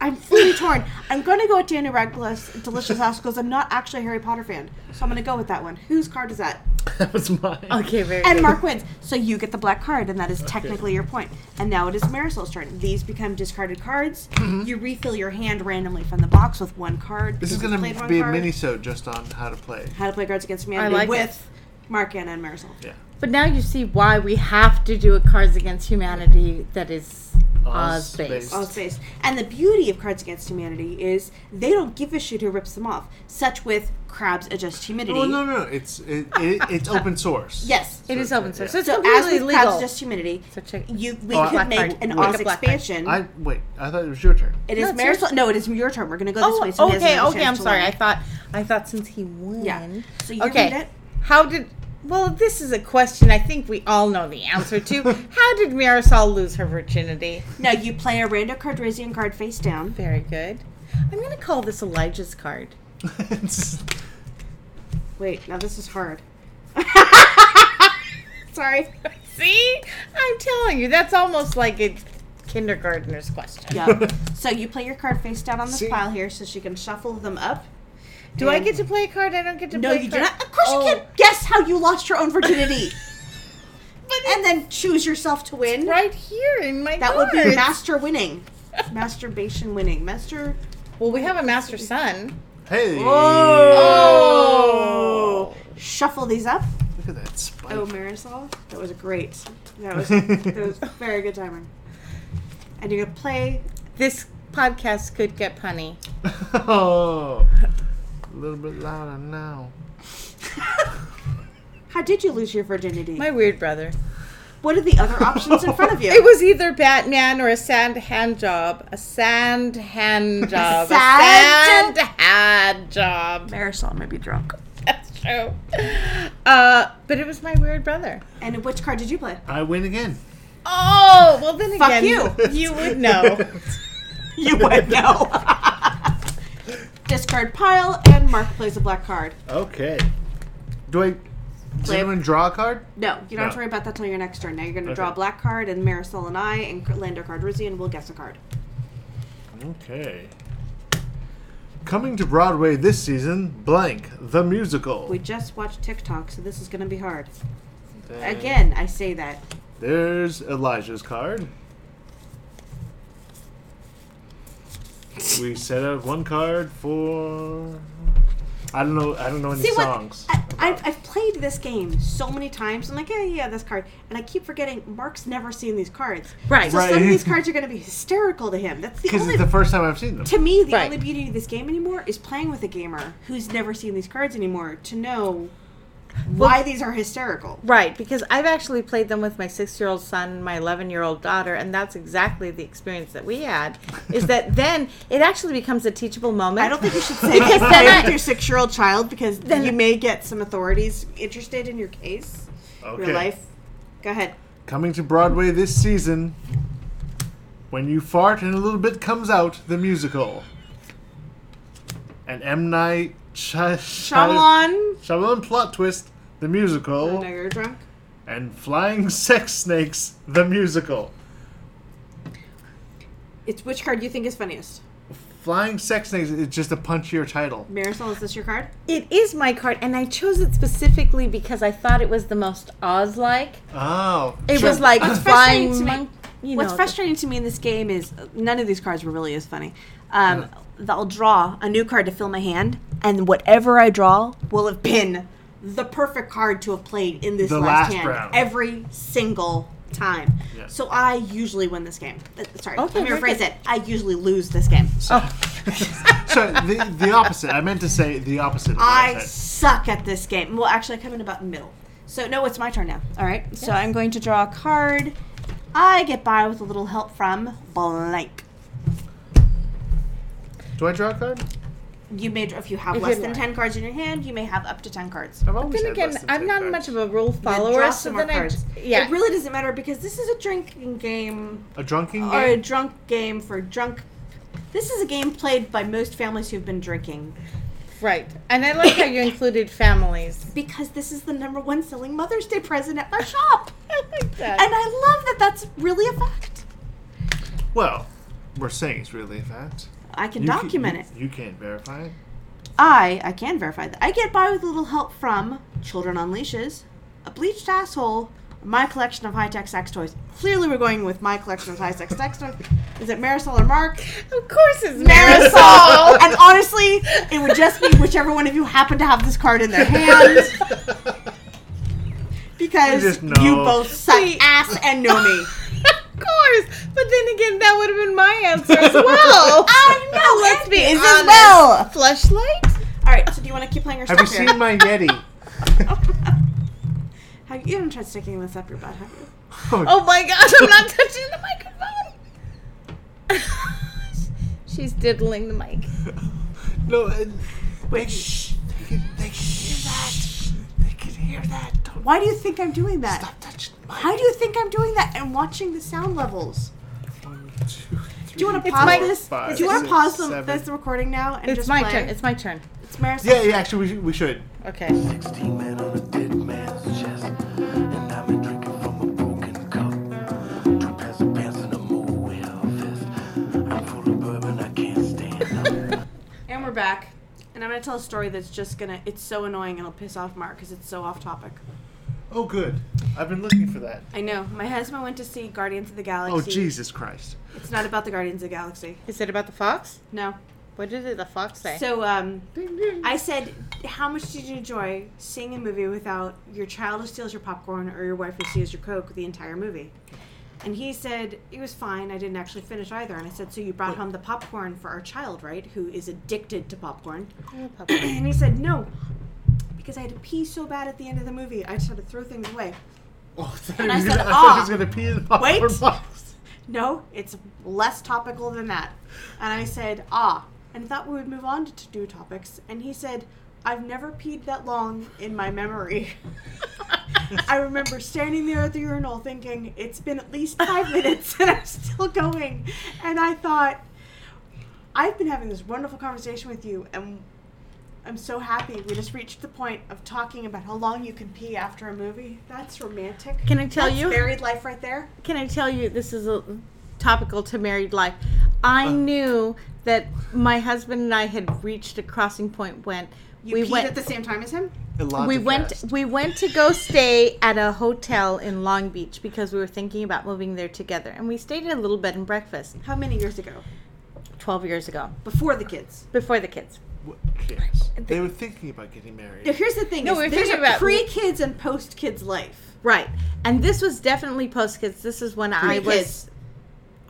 Speaker 7: I'm fully torn. I'm going to go with Daniel Radcliffe's Delicious House because I'm not actually a Harry Potter fan. So I'm going to go with that one. Whose card is that?
Speaker 5: that was mine.
Speaker 4: Okay, very
Speaker 7: And
Speaker 4: good.
Speaker 7: Mark wins. So you get the black card, and that is technically your point. And now it is Marisol's turn. These become discarded cards.
Speaker 4: Mm-hmm.
Speaker 7: You refill your hand randomly from the box with one card.
Speaker 5: This is
Speaker 7: because
Speaker 5: going
Speaker 7: you've
Speaker 5: to
Speaker 7: played
Speaker 5: be a
Speaker 7: one card.
Speaker 5: mini-sode just on how to play.
Speaker 7: How to play Cards Against Humanity
Speaker 4: I like
Speaker 7: with Mark, Anna, and Marisol.
Speaker 5: Yeah.
Speaker 4: But now you see why we have to do a Cards Against Humanity that is Oz based.
Speaker 5: Oz-based.
Speaker 7: all space. And the beauty of Cards Against Humanity is they don't give a shit who rips them off, such with Crabs Adjust Humidity.
Speaker 5: Well, no, no, it's it, it, it's open source.
Speaker 7: Yes.
Speaker 4: It is open source. So Oh, it's
Speaker 7: So as
Speaker 4: completely
Speaker 7: with Crabs
Speaker 4: legal.
Speaker 7: Adjust Humidity,
Speaker 4: So check-
Speaker 7: you we
Speaker 5: Oh, I-
Speaker 7: could
Speaker 5: Black
Speaker 7: make
Speaker 4: card.
Speaker 7: an
Speaker 4: Wait.
Speaker 7: Oz
Speaker 4: Black card.
Speaker 7: expansion.
Speaker 5: I wait. I thought it was your turn.
Speaker 7: it is
Speaker 4: No, it's
Speaker 7: Marisol.
Speaker 4: yours.
Speaker 7: No, it is your turn. We're gonna go this
Speaker 4: Oh,
Speaker 7: way. So Marisol
Speaker 4: okay,
Speaker 7: has a
Speaker 4: okay.
Speaker 7: chance
Speaker 4: I'm
Speaker 7: to
Speaker 4: sorry.
Speaker 7: learn.
Speaker 4: I thought I thought since he won.
Speaker 7: Yeah. So you
Speaker 4: okay.
Speaker 7: read it?
Speaker 4: How did? Well, this is a question I think we all know the answer to. How did Marisol lose her virginity?
Speaker 7: No, you play a random Cardrasian card face down.
Speaker 4: Very good. I'm gonna call this Elijah's card.
Speaker 7: Wait, now this is hard. sorry.
Speaker 4: See, I'm telling you, that's almost like a kindergartner's question.
Speaker 7: Yeah. so you play your card face down on this
Speaker 5: See?
Speaker 7: pile here, so she can shuffle them up.
Speaker 4: Do I get to play a card? I don't get to
Speaker 7: No,
Speaker 4: play.
Speaker 7: you
Speaker 4: a
Speaker 7: do
Speaker 4: card?
Speaker 7: not. Of course,
Speaker 4: Oh.
Speaker 7: you can guess how you lost your own virginity, and then choose yourself to win.
Speaker 4: Right here in my
Speaker 7: That would be
Speaker 4: cards.
Speaker 7: master winning, masturbation winning, master.
Speaker 4: Well, we have a master son.
Speaker 5: Hey,
Speaker 7: Oh, shuffle these up.
Speaker 5: look at that spike.
Speaker 7: Oh, Marisol, that was a great. That was that was very good timing. And you're gonna play.
Speaker 4: This podcast could get punny.
Speaker 5: Oh, a little bit louder now.
Speaker 7: How did you lose your virginity?
Speaker 4: My weird brother.
Speaker 7: what are the other options in front of you?
Speaker 4: It was either Batman or a sand hand job. A sand hand job.
Speaker 7: Sand-
Speaker 4: A sand hand job.
Speaker 6: Marisol may be drunk.
Speaker 4: That's true. Uh, but it was my weird brother.
Speaker 7: and which card did you play?
Speaker 5: I win again.
Speaker 4: Oh, well then again,
Speaker 7: you.
Speaker 4: you would know.
Speaker 7: You would know. Discard pile, and Mark plays a black card.
Speaker 5: Okay. Do I? Does
Speaker 7: Play-
Speaker 5: anyone draw a card?
Speaker 7: No, you don't have to
Speaker 5: No.
Speaker 7: worry about that till your next turn. Now you're going to draw a
Speaker 5: Okay.
Speaker 7: black card, and Marisol and I and Lando Cardrizian will guess a card.
Speaker 5: Okay. Coming to Broadway this season, blank the musical.
Speaker 7: We just watched TikTok, so this is going to be hard. Again, I say that.
Speaker 5: There's Elijah's card. We set up one card for. I don't know. I don't know any
Speaker 7: See what?
Speaker 5: songs.
Speaker 7: I, I, I've played this game so many times. I'm like, yeah, yeah, this card, and I keep forgetting Mark's never seen these cards.
Speaker 4: right.
Speaker 7: So
Speaker 5: Right.
Speaker 7: some of these cards are going to be hysterical to him. That's the
Speaker 5: Because
Speaker 7: only.
Speaker 5: it's the first time I've seen them.
Speaker 7: to me, the
Speaker 4: Right.
Speaker 7: only beauty of this game anymore is playing with a gamer who's never seen these cards anymore to know why these are hysterical.
Speaker 4: Right, because I've actually played them with my six-year-old son, my eleven-year-old daughter, and that's exactly the experience that we had. Is that then it actually becomes a teachable moment?
Speaker 7: I don't think you should say
Speaker 4: Because
Speaker 7: because
Speaker 4: then I-
Speaker 7: with your six-year-old child because you may get some authorities interested in your case,
Speaker 5: Okay.
Speaker 7: your life. Go ahead.
Speaker 5: Coming to Broadway this season. When you fart and a little bit comes out, the musical. An M Night Sh- Shyamalan
Speaker 4: Shyamalan.
Speaker 5: plot twist, the
Speaker 7: Oh.
Speaker 5: musical,
Speaker 7: Now you're drunk.
Speaker 5: and Flying Sex Snakes, the musical.
Speaker 7: It's which card you think is funniest.
Speaker 5: Flying Sex Snakes is just a punchier title.
Speaker 7: Marisol, is this your card?
Speaker 4: It is my card, and I chose it specifically because I thought it was the most Oz-like.
Speaker 5: Oh,
Speaker 4: It
Speaker 5: sure.
Speaker 4: was like
Speaker 7: What's frustrating to
Speaker 4: flying
Speaker 7: me-
Speaker 4: monk. You
Speaker 7: What's
Speaker 4: know,
Speaker 7: frustrating to me in this game is uh, none of these cards were really as funny. Um, I'll draw a new card to fill my hand, and whatever I draw will have been the perfect card to have played in this
Speaker 5: The
Speaker 7: last,
Speaker 5: last
Speaker 7: hand
Speaker 5: round.
Speaker 7: every single time.
Speaker 5: Yeah.
Speaker 7: So I usually win this game. Uh, Sorry,
Speaker 4: Okay,
Speaker 7: let me
Speaker 4: very
Speaker 7: rephrase
Speaker 4: good.
Speaker 7: it. I usually lose this game.
Speaker 5: so the, the opposite. I meant to say the opposite. Of what I
Speaker 7: I
Speaker 5: said.
Speaker 7: suck at this game. Well, actually, I come in about the middle. So, no, it's my turn now. All right. So, I'm going to draw a card. I get by with a little help from blank.
Speaker 5: Do I draw a card?
Speaker 7: You may, if you have
Speaker 4: If
Speaker 7: less
Speaker 4: you're
Speaker 7: than
Speaker 4: not.
Speaker 7: ten cards in your hand, you may have up to ten cards.
Speaker 5: I've always
Speaker 4: Then
Speaker 5: had
Speaker 4: again,
Speaker 5: less than
Speaker 4: I'm
Speaker 5: 10
Speaker 4: not
Speaker 5: cards.
Speaker 4: much of a rule
Speaker 7: Then
Speaker 4: follower,
Speaker 7: draw
Speaker 4: so
Speaker 7: some
Speaker 4: then
Speaker 7: more
Speaker 4: I
Speaker 7: cards.
Speaker 4: yeah.
Speaker 7: It really doesn't matter because this is a drinking game
Speaker 5: a drunken
Speaker 7: or a
Speaker 5: game.
Speaker 7: drunk game for drunk. This is a game played by most families who've been drinking
Speaker 4: right, and I like how you included families.
Speaker 7: because this is the number one selling Mother's Day present at my shop,
Speaker 4: I like that.
Speaker 7: and I love that. That's really a fact.
Speaker 5: Well, we're saying it's really a fact.
Speaker 7: I can
Speaker 5: You ca-
Speaker 7: document
Speaker 5: you-
Speaker 7: it.
Speaker 5: You can't verify it.
Speaker 7: I I can verify that. I get by with a little help from Children on Leashes, a bleached asshole, my collection of high tech sex toys. Clearly, we're going with my collection of high tech sex toys. Is it Marisol or Mark?
Speaker 4: of course, it's
Speaker 7: Marisol. and honestly, it would just be whichever one of you happen to have this card in their hand. Because
Speaker 5: We just
Speaker 7: you
Speaker 5: know.
Speaker 7: both suck ass and know me.
Speaker 4: course. But then again, that would have been my answer as well.
Speaker 3: I know,
Speaker 4: Let's be
Speaker 3: it is
Speaker 4: honest.
Speaker 3: as well.
Speaker 4: Flashlight?
Speaker 2: All right. So do you want to keep playing your
Speaker 9: Have you
Speaker 2: stuff here?
Speaker 9: seen my Yeti?
Speaker 7: Have you haven't tried sticking this up your butt, have you?
Speaker 4: Oh my gosh, I'm not touching the microphone. She's diddling the mic.
Speaker 9: No, and wait. Shh. They can, they can hear that. They can hear that. Don't
Speaker 3: Why do you think I'm doing that?
Speaker 9: touch my
Speaker 3: How do you think I'm doing that and watching the sound levels?
Speaker 9: one, two, three.
Speaker 2: Do you want to
Speaker 9: four,
Speaker 2: pause this?
Speaker 9: five,
Speaker 2: do you want to
Speaker 9: six,
Speaker 2: pause the,
Speaker 9: seven.
Speaker 2: this recording now and
Speaker 4: It's
Speaker 2: just
Speaker 4: my
Speaker 2: play?
Speaker 4: turn. It's my turn.
Speaker 2: It's Marisol.
Speaker 5: Yeah, yeah. Actually, we, should- we should.
Speaker 4: Okay.
Speaker 8: Sixteen men on a dead man's chest, and I've been drinking from a broken cup. Two pairs of pants and a motorwell vest. I'm full of bourbon, I can't stand up.
Speaker 7: And we're back. And I'm gonna tell a story that's just gonna. It's so annoying and it'll piss off Mark because it's so off topic.
Speaker 5: Oh, good. I've been looking for that.
Speaker 7: I know. My husband went to see Guardians of the Galaxy.
Speaker 5: Oh, Jesus Christ.
Speaker 7: It's not about the Guardians of the Galaxy.
Speaker 4: Is it about the fox?
Speaker 7: No.
Speaker 4: What did the fox say?
Speaker 7: So um, I said, how much did you enjoy seeing a movie without your child who steals your popcorn or your wife who steals your coke the entire movie? And he said it was fine. I didn't actually finish either. And I said, so you brought home the popcorn for our child, right? Who is addicted to popcorn? and he said no, because I had to pee so bad at the end of the movie. I just had to throw things away.
Speaker 5: Oh,
Speaker 7: And I said,
Speaker 5: thought he
Speaker 7: "Ah,
Speaker 5: was going to pee in the popcorn
Speaker 7: wait."
Speaker 5: box.
Speaker 7: No, it's less topical than that. And I said, ah, and thought we would move on to to do topics. And he said, I've never peed that long in my memory. I remember standing there at the urinal thinking, it's been at least five minutes and I'm still going. And I thought, I've been having this wonderful conversation with you and I'm so happy we just reached the point of talking about how long you can pee after a movie. That's romantic.
Speaker 4: Can I tell
Speaker 7: That's
Speaker 4: you?
Speaker 7: married life right there.
Speaker 4: Can I tell you this is a topical to married life? I knew that my husband and I had reached a crossing point when
Speaker 7: You
Speaker 4: we
Speaker 7: peed
Speaker 4: went
Speaker 7: at the same time as him?
Speaker 4: we went we went to go stay at a hotel in Long Beach because we were thinking about moving there together and we stayed at a little bed and breakfast
Speaker 7: How many years ago?
Speaker 4: 12 years ago
Speaker 7: Before the kids.
Speaker 4: before the kids.
Speaker 5: Yes. They were thinking about getting married.
Speaker 7: Now here's the thing.
Speaker 4: No,
Speaker 7: is
Speaker 4: we're
Speaker 7: there's
Speaker 4: thinking
Speaker 7: a
Speaker 4: about-
Speaker 7: pre-kids and post-kids life.
Speaker 4: Right. And this was definitely post kids. This is when I was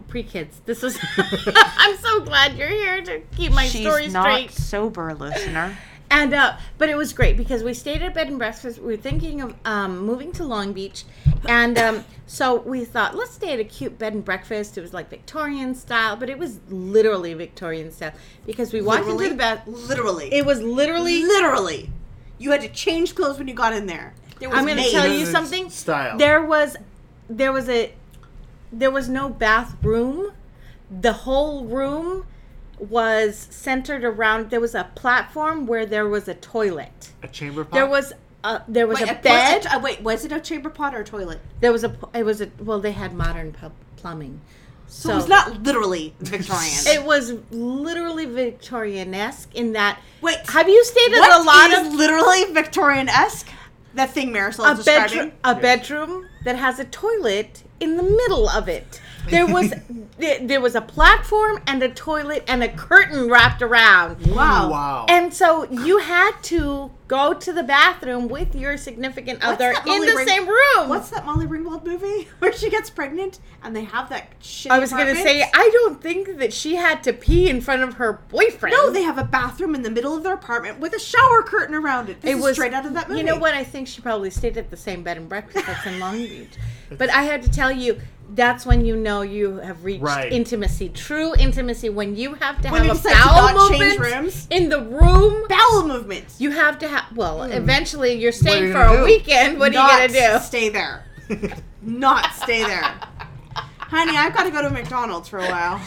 Speaker 4: pre kids. This was I'm so glad you're here to keep my story straight.
Speaker 6: sober, listener.
Speaker 4: And uh, but it was great because we stayed at bed and breakfast. We were thinking of um, moving to Long Beach, and um, so we thought let's stay at a cute bed and breakfast. It was like Victorian style, but it was literally Victorian style because we walked into the bed.
Speaker 7: Literally.
Speaker 4: It was literally.
Speaker 7: literally. You had to change clothes when you got in there. There was
Speaker 4: I'm going to
Speaker 7: maids.
Speaker 4: tell you
Speaker 5: There's
Speaker 4: something.
Speaker 5: style.
Speaker 4: There was, there was a, there was no bathroom. The whole room was centered around. There was a platform where there was a toilet.
Speaker 5: A chamber pot.
Speaker 4: There was. A, there was
Speaker 7: Wait,
Speaker 4: a
Speaker 7: a-
Speaker 4: bed.
Speaker 7: a- wait, was it a chamber pot or a toilet?
Speaker 4: There was a. It was a. Well, they had modern pub plumbing, so,
Speaker 7: So it was not literally Victorian.
Speaker 4: Oh. It was literally Victorian-esque in that.
Speaker 7: Wait,
Speaker 4: have you stayed at
Speaker 7: What
Speaker 4: a lot
Speaker 7: is
Speaker 4: of
Speaker 7: literally Victorian-esque? That thing Marisol
Speaker 4: a
Speaker 7: is describing.
Speaker 4: bedroom? A bedroom that has a toilet in the middle of it. There was there, there was a platform and a toilet and a curtain wrapped around.
Speaker 7: Wow.
Speaker 5: Wow.
Speaker 4: And so you had to go to the bathroom with your significant other
Speaker 7: that
Speaker 4: in
Speaker 7: Molly
Speaker 4: the
Speaker 7: Ring-
Speaker 4: same room.
Speaker 7: What's that Molly Ringwald movie where she gets pregnant and they have that shit?
Speaker 4: I was going to say, I don't think that she had to pee in front of her boyfriend.
Speaker 7: No, they have a bathroom in the middle of their apartment with a shower curtain around it. This is straight out of that movie.
Speaker 4: You know what? I think she probably stayed at the same bed and breakfast that's in Long Beach. But I had to tell you, that's when you know you have reached
Speaker 5: Right.
Speaker 4: intimacy, true intimacy, when you have to
Speaker 7: When you
Speaker 4: have a
Speaker 7: decide to
Speaker 4: bowel
Speaker 7: not change
Speaker 4: movement
Speaker 7: rooms?
Speaker 4: in the room.
Speaker 7: Bowel movements.
Speaker 4: You have to have. Well, eventually you're staying
Speaker 5: are you
Speaker 4: for
Speaker 5: gonna
Speaker 4: a
Speaker 5: do?
Speaker 4: weekend. What are you
Speaker 7: Hmm. Not
Speaker 4: gonna do?
Speaker 7: Stay there. Not stay there. Honey, I've got to go to McDonald's for a while.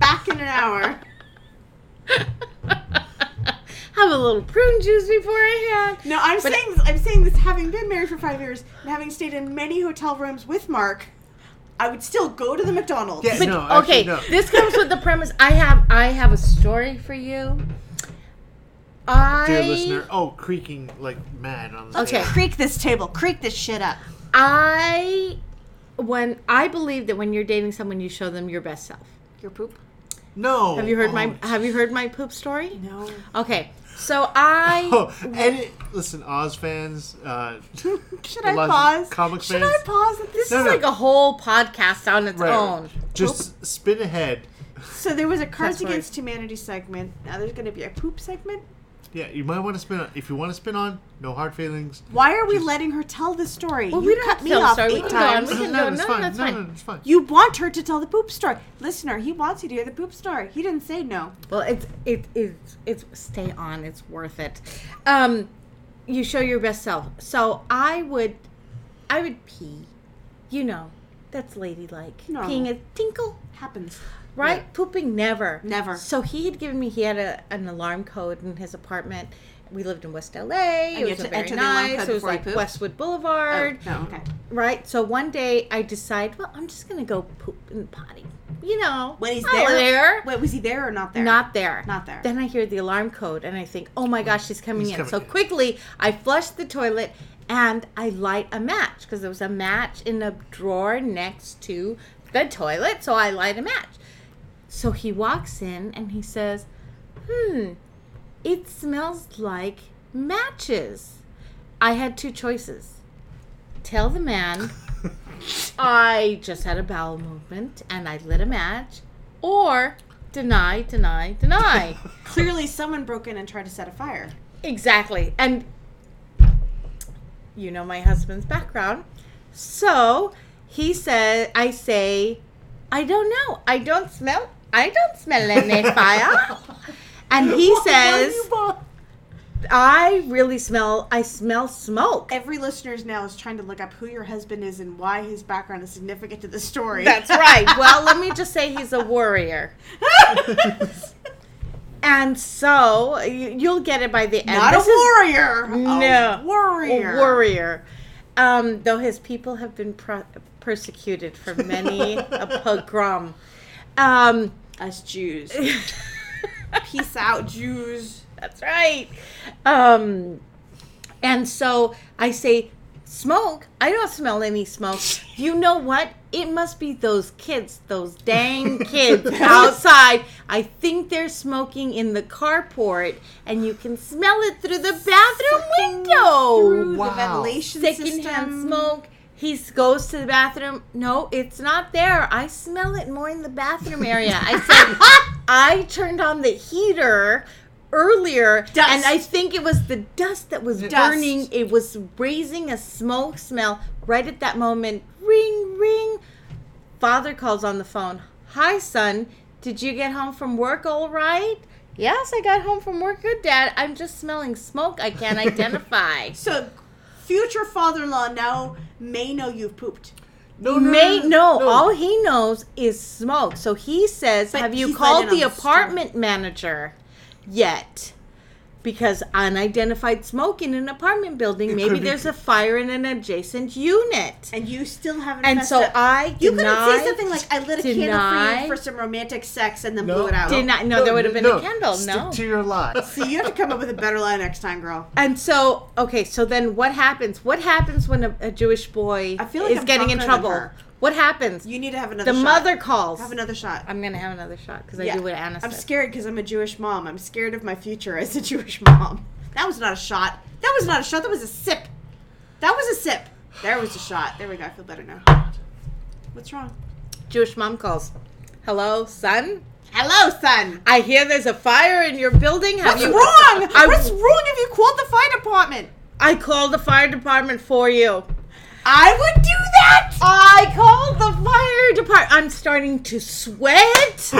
Speaker 7: Back in an hour.
Speaker 4: have a little prune juice beforehand.
Speaker 7: No, I'm
Speaker 4: But-
Speaker 7: saying I'm saying this having been married for five years and having stayed in many hotel rooms with Mark, I would still go to the McDonald's.
Speaker 5: yeah,
Speaker 4: But
Speaker 5: no, Oh, actually,
Speaker 4: okay,
Speaker 5: no.
Speaker 4: this comes with the premise. I have I have a story for you. I
Speaker 5: Dear listener, oh, creaking like mad on the
Speaker 4: Okay.
Speaker 5: table.
Speaker 7: Creak this table. Creak this shit up.
Speaker 4: I when I believe that when you're dating someone, you show them your best self.
Speaker 7: Your poop?
Speaker 5: No.
Speaker 4: Have you heard my
Speaker 5: oh,
Speaker 4: Have you heard my poop story?
Speaker 7: No.
Speaker 4: Okay, So I
Speaker 5: Oh, and it, listen, Oz fans. Uh,
Speaker 3: Should I
Speaker 5: Lots of
Speaker 3: pause?
Speaker 5: comic
Speaker 3: Should
Speaker 5: fans.
Speaker 3: I pause at this?
Speaker 4: this is
Speaker 5: no.
Speaker 4: like a whole podcast on its
Speaker 5: right,
Speaker 4: own.
Speaker 5: Just spin ahead.
Speaker 3: So there was a Cards
Speaker 4: That's right.
Speaker 3: Against Humanity segment. Now there's going to be a poop segment.
Speaker 5: Yeah, you might want to spin on. If you want to spin on, no hard feelings.
Speaker 3: Why are we letting her tell the story?
Speaker 4: Well,
Speaker 3: you
Speaker 4: we don't
Speaker 3: cut
Speaker 4: have
Speaker 3: me
Speaker 4: to-
Speaker 3: off
Speaker 4: sorry, we
Speaker 3: eight
Speaker 4: can go on.
Speaker 3: times.
Speaker 4: We can
Speaker 5: no,
Speaker 4: go-
Speaker 5: it's
Speaker 4: no,
Speaker 5: fine.
Speaker 4: that's
Speaker 5: no,
Speaker 4: fine.
Speaker 5: no, it's fine.
Speaker 3: You want her to tell the poop story. Listener, he wants you to hear the poop story. He didn't say no.
Speaker 4: Well, it's it it's it's stay on. It's worth it. Um, you show your best self. So I would, I would pee. You know, that's ladylike.
Speaker 3: Normal.
Speaker 4: Peeing a tinkle,
Speaker 3: Happens.
Speaker 4: right? Pooping never,
Speaker 3: Never.
Speaker 4: So he had given me. He had a, an alarm code in his apartment. We lived in West LA. it
Speaker 3: you
Speaker 4: was
Speaker 3: had
Speaker 4: a
Speaker 3: to
Speaker 4: very
Speaker 3: enter the alarm
Speaker 4: nice.
Speaker 3: code
Speaker 4: It was
Speaker 3: before you
Speaker 4: like
Speaker 3: pooped? Oh,
Speaker 4: Westwood Boulevard.
Speaker 3: No, okay.
Speaker 4: Right. So one day I decide, well, I'm just gonna go poop and potty. You know,
Speaker 3: When he's
Speaker 4: I'll
Speaker 3: there,
Speaker 4: there.
Speaker 3: Wait, was he there or not there?
Speaker 4: Not there.
Speaker 3: Not there. Mm.
Speaker 4: Then I hear the alarm code and I think, oh my gosh, she's coming
Speaker 5: He's
Speaker 4: in.
Speaker 5: coming
Speaker 4: so
Speaker 5: in.
Speaker 4: quickly, I flush the toilet and I light a match because there was a match in a drawer next to the toilet. So I light a match. So he walks in and he says, hmm, it smells like matches. I had two choices. Tell the man I just had a bowel movement and I lit a match, or deny, deny, deny.
Speaker 3: Clearly, someone broke in and tried to set a fire.
Speaker 4: exactly. And you know my husband's background. So he said, I say, I don't know. I don't smell. I don't smell any fire. And he says, I really smell, I smell smoke.
Speaker 3: Every listener now is trying to look up who your husband is and why his background is significant to the story.
Speaker 4: That's right. Well, let me just say he's a warrior. and so you, you'll get it by the end.
Speaker 3: not
Speaker 4: This
Speaker 3: a
Speaker 4: is-
Speaker 3: warrior.
Speaker 4: No.
Speaker 3: a warrior.
Speaker 4: A warrior. Um, though his people have been pro- persecuted for many a pogrom. Um,
Speaker 3: Us Jews. Peace out, Jews.
Speaker 4: That's right. Um, and so I say, smoke. I don't smell any smoke. You know what? It must be those kids, those dang kids outside. I think they're smoking in the carport, and you can smell it through the bathroom window.
Speaker 3: Through the ventilation
Speaker 4: Secondhand
Speaker 3: system.
Speaker 4: smoke. He goes to the bathroom. No, it's not there. I smell it more in the bathroom area. I said, I turned on the heater earlier,
Speaker 3: Dust.
Speaker 4: and I think it was the dust that was
Speaker 3: Dust.
Speaker 4: burning. It was raising a smoke smell right at that moment. Ring, ring. Father calls on the phone. Hi, son. Did you get home from work all right? Yes, I got home from work good, Dad. I'm just smelling smoke I can't identify.
Speaker 3: So, future father-in-law now may know you've pooped.
Speaker 5: No, no,
Speaker 4: May
Speaker 5: no,
Speaker 4: no, all he knows is smoke. So he says,
Speaker 3: But
Speaker 4: "Have you
Speaker 3: he's
Speaker 4: called
Speaker 3: letting
Speaker 4: the
Speaker 3: on the story.
Speaker 4: apartment manager yet?" Because unidentified smoke in an apartment building, maybe
Speaker 5: could be-
Speaker 4: there's a fire in an adjacent unit.
Speaker 3: And you still haven't.
Speaker 4: And
Speaker 3: fessed
Speaker 4: so
Speaker 3: up.
Speaker 4: I
Speaker 3: You couldn't
Speaker 4: denied-
Speaker 3: say something like, "I lit a candle for
Speaker 4: denied-
Speaker 3: you for some romantic sex and then
Speaker 5: No.
Speaker 3: blew it out."
Speaker 4: Did not no, there would have been a candle.
Speaker 5: Stick
Speaker 4: No.
Speaker 5: to your lie.
Speaker 3: So you have to come up with a better line next time, girl.
Speaker 4: and so okay, so then what happens? What happens when a, a Jewish boy
Speaker 3: I feel like
Speaker 4: is
Speaker 3: I'm
Speaker 4: getting in
Speaker 3: drunker than
Speaker 4: trouble?
Speaker 3: her.
Speaker 4: What happens?
Speaker 3: You need to have another.
Speaker 4: the
Speaker 3: shot.
Speaker 4: mother calls.
Speaker 3: Have another shot.
Speaker 4: I'm gonna have another shot because I do what Anna said.
Speaker 3: I'm scared because I'm a Jewish mom. I'm scared of my future as a Jewish mom. That was not a shot. That was not a shot. That was a sip. That was a sip. There was a shot. There we go. I feel better now. What's wrong?
Speaker 4: Jewish mom calls. Hello, son.
Speaker 3: Hello, son.
Speaker 4: I hear there's a fire in your building. Have
Speaker 3: What's
Speaker 4: you
Speaker 3: wrong?
Speaker 4: I,
Speaker 3: What's wrong if you called the fire department?
Speaker 4: I called the fire department for you.
Speaker 3: I would do that.
Speaker 4: I called the fire department. I'm starting to sweat.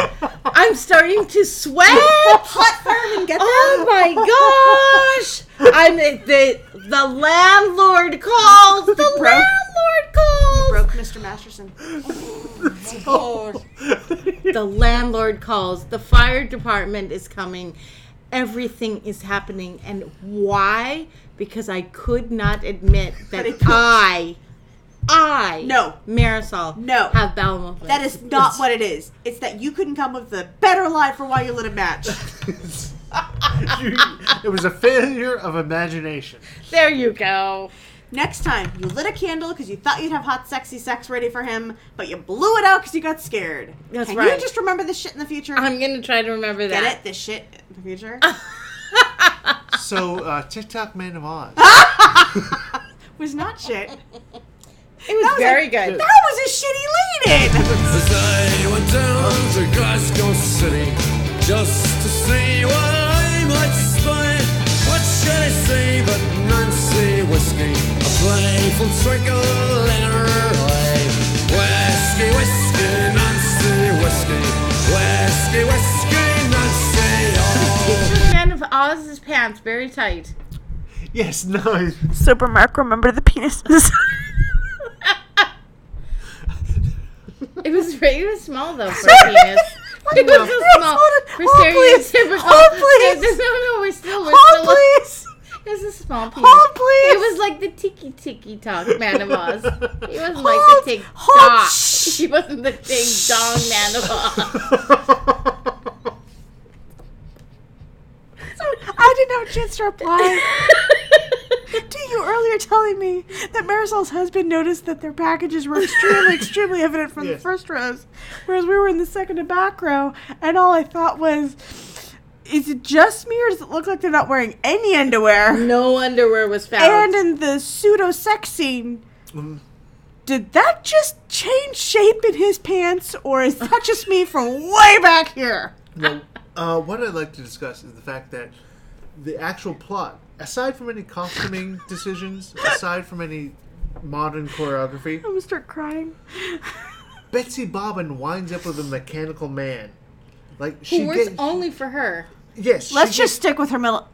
Speaker 4: I'm starting to sweat.
Speaker 3: Hot fireman, get
Speaker 4: Oh my gosh! I'm the the landlord calls. The landlord calls.
Speaker 3: broke Mr. Masterson.
Speaker 4: the landlord calls the fire department is coming everything is happening and why because i could not admit that i i
Speaker 3: No.
Speaker 4: marisol
Speaker 3: No.
Speaker 4: have bowel movements
Speaker 3: That is not what it is. It's that you couldn't come up with a better line for why you lit a match.
Speaker 5: You- it was a failure of imagination.
Speaker 4: there you go
Speaker 3: Next time, you lit a candle because you thought you'd have hot, sexy sex ready for him, but you blew it out because you got scared.
Speaker 4: That's
Speaker 3: Can
Speaker 4: right.
Speaker 3: you just remember this shit in the future?
Speaker 4: i'm gonna try to remember
Speaker 3: Get
Speaker 4: that
Speaker 3: it? This shit in the future?
Speaker 5: So uh, TikTok Man of Oz.
Speaker 7: was not shit.
Speaker 4: It was very good.
Speaker 7: That was a shitty lead in.
Speaker 9: As I went down to Glasgow City just to see what I might spy. What should I say but Nancy Whiskey? A playful twinkle in her eye. Whiskey, whiskey, Nancy Whiskey. Whiskey, whiskey, Nancy. Oh.
Speaker 4: Man of Oz's pants very tight.
Speaker 5: yes, no.
Speaker 6: Sober Mark, remember the penises.
Speaker 4: It was very it was small though for a penis. It was so small for stereotypical.
Speaker 6: Oh, please.
Speaker 4: No, no, no, we're still we're still.
Speaker 6: oh, please.
Speaker 4: It was a small penis.
Speaker 6: Oh, please.
Speaker 4: It was like the tiki tiki talk man of Oz. He wasn't like
Speaker 6: Hold-
Speaker 4: the tick
Speaker 6: hold,
Speaker 4: tock.
Speaker 6: shh.
Speaker 4: He wasn't the ding dong man of Oz.
Speaker 7: I didn't have a chance to reply to you earlier telling me that Marisol's husband noticed that their packages were extremely, extremely evident from the
Speaker 5: Yes.
Speaker 7: first rows, whereas we were in the second and back row, and all I thought was, is it just me or does it look like they're not wearing any underwear?
Speaker 4: No underwear was
Speaker 7: And
Speaker 4: found.
Speaker 7: in the pseudo sex scene,
Speaker 4: Mm-hmm.
Speaker 7: did that just change shape in his pants, or is that just me from way back here?
Speaker 5: No. Uh, what I'd like to discuss is the fact that the actual plot, aside from any costuming decisions, aside from any modern choreography,
Speaker 7: I'm gonna start crying.
Speaker 5: Betsy Bobbin winds up with a mechanical man. Like she
Speaker 4: Who works
Speaker 5: gets
Speaker 4: only for her.
Speaker 5: yes. she
Speaker 7: Let's
Speaker 5: gets-
Speaker 7: just stick with her middle.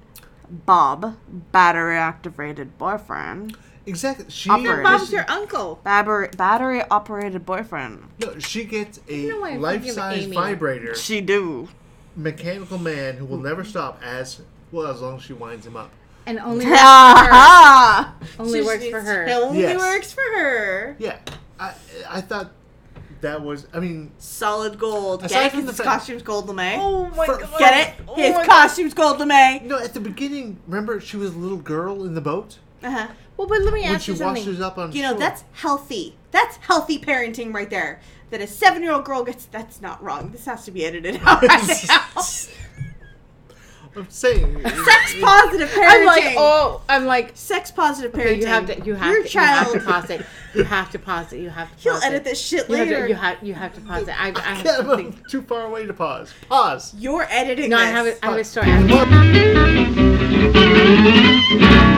Speaker 7: Bob, battery activated boyfriend.
Speaker 5: exactly. She
Speaker 7: Operate.
Speaker 4: Bob's your uncle.
Speaker 7: Battery, battery operated boyfriend.
Speaker 5: no, she gets a
Speaker 4: know why I'm thinking of
Speaker 5: life-size
Speaker 4: Amy.
Speaker 5: vibrator
Speaker 7: She do.
Speaker 5: mechanical man who will never stop as well as long as she winds him up.
Speaker 4: And only works for her.
Speaker 7: Ah!
Speaker 4: Only works for her.
Speaker 10: Only
Speaker 5: Yes.
Speaker 10: works for her.
Speaker 5: Yeah, I I thought that was. I mean,
Speaker 10: Solid gold.
Speaker 5: Aside
Speaker 10: Get
Speaker 5: from
Speaker 10: it?
Speaker 5: the
Speaker 10: His
Speaker 5: fact- Oh
Speaker 10: costume's eh? gold lame.
Speaker 5: for-
Speaker 10: Get it?
Speaker 4: oh
Speaker 10: His costume's gold lame.
Speaker 5: No, at the beginning, remember she was a little girl in the boat
Speaker 10: Uh-huh.
Speaker 4: Well, but let me
Speaker 5: when
Speaker 4: ask
Speaker 5: she
Speaker 4: you something.
Speaker 5: washes up on.
Speaker 10: You know,
Speaker 5: shore.
Speaker 10: that's healthy. That's healthy parenting right there. That a seven year old girl gets. That's not wrong. This has to be edited out right now.
Speaker 5: I'm saying.
Speaker 10: Sex positive parenting.
Speaker 4: I'm like, oh, I'm like,
Speaker 10: Sex positive parenting.
Speaker 4: okay, you have to, you have
Speaker 10: Your
Speaker 4: to,
Speaker 10: child.
Speaker 4: you have to pause it. You have to pause it. You have to. Pause
Speaker 10: He'll
Speaker 4: it.
Speaker 10: edit this shit
Speaker 4: You have,
Speaker 10: later.
Speaker 4: to, you, have, you have to pause it. I, I have
Speaker 5: Yeah, I'm
Speaker 4: something.
Speaker 5: too far away to pause. Pause.
Speaker 10: You're editing
Speaker 4: No, I
Speaker 10: this.
Speaker 4: have, a, I have a story. I have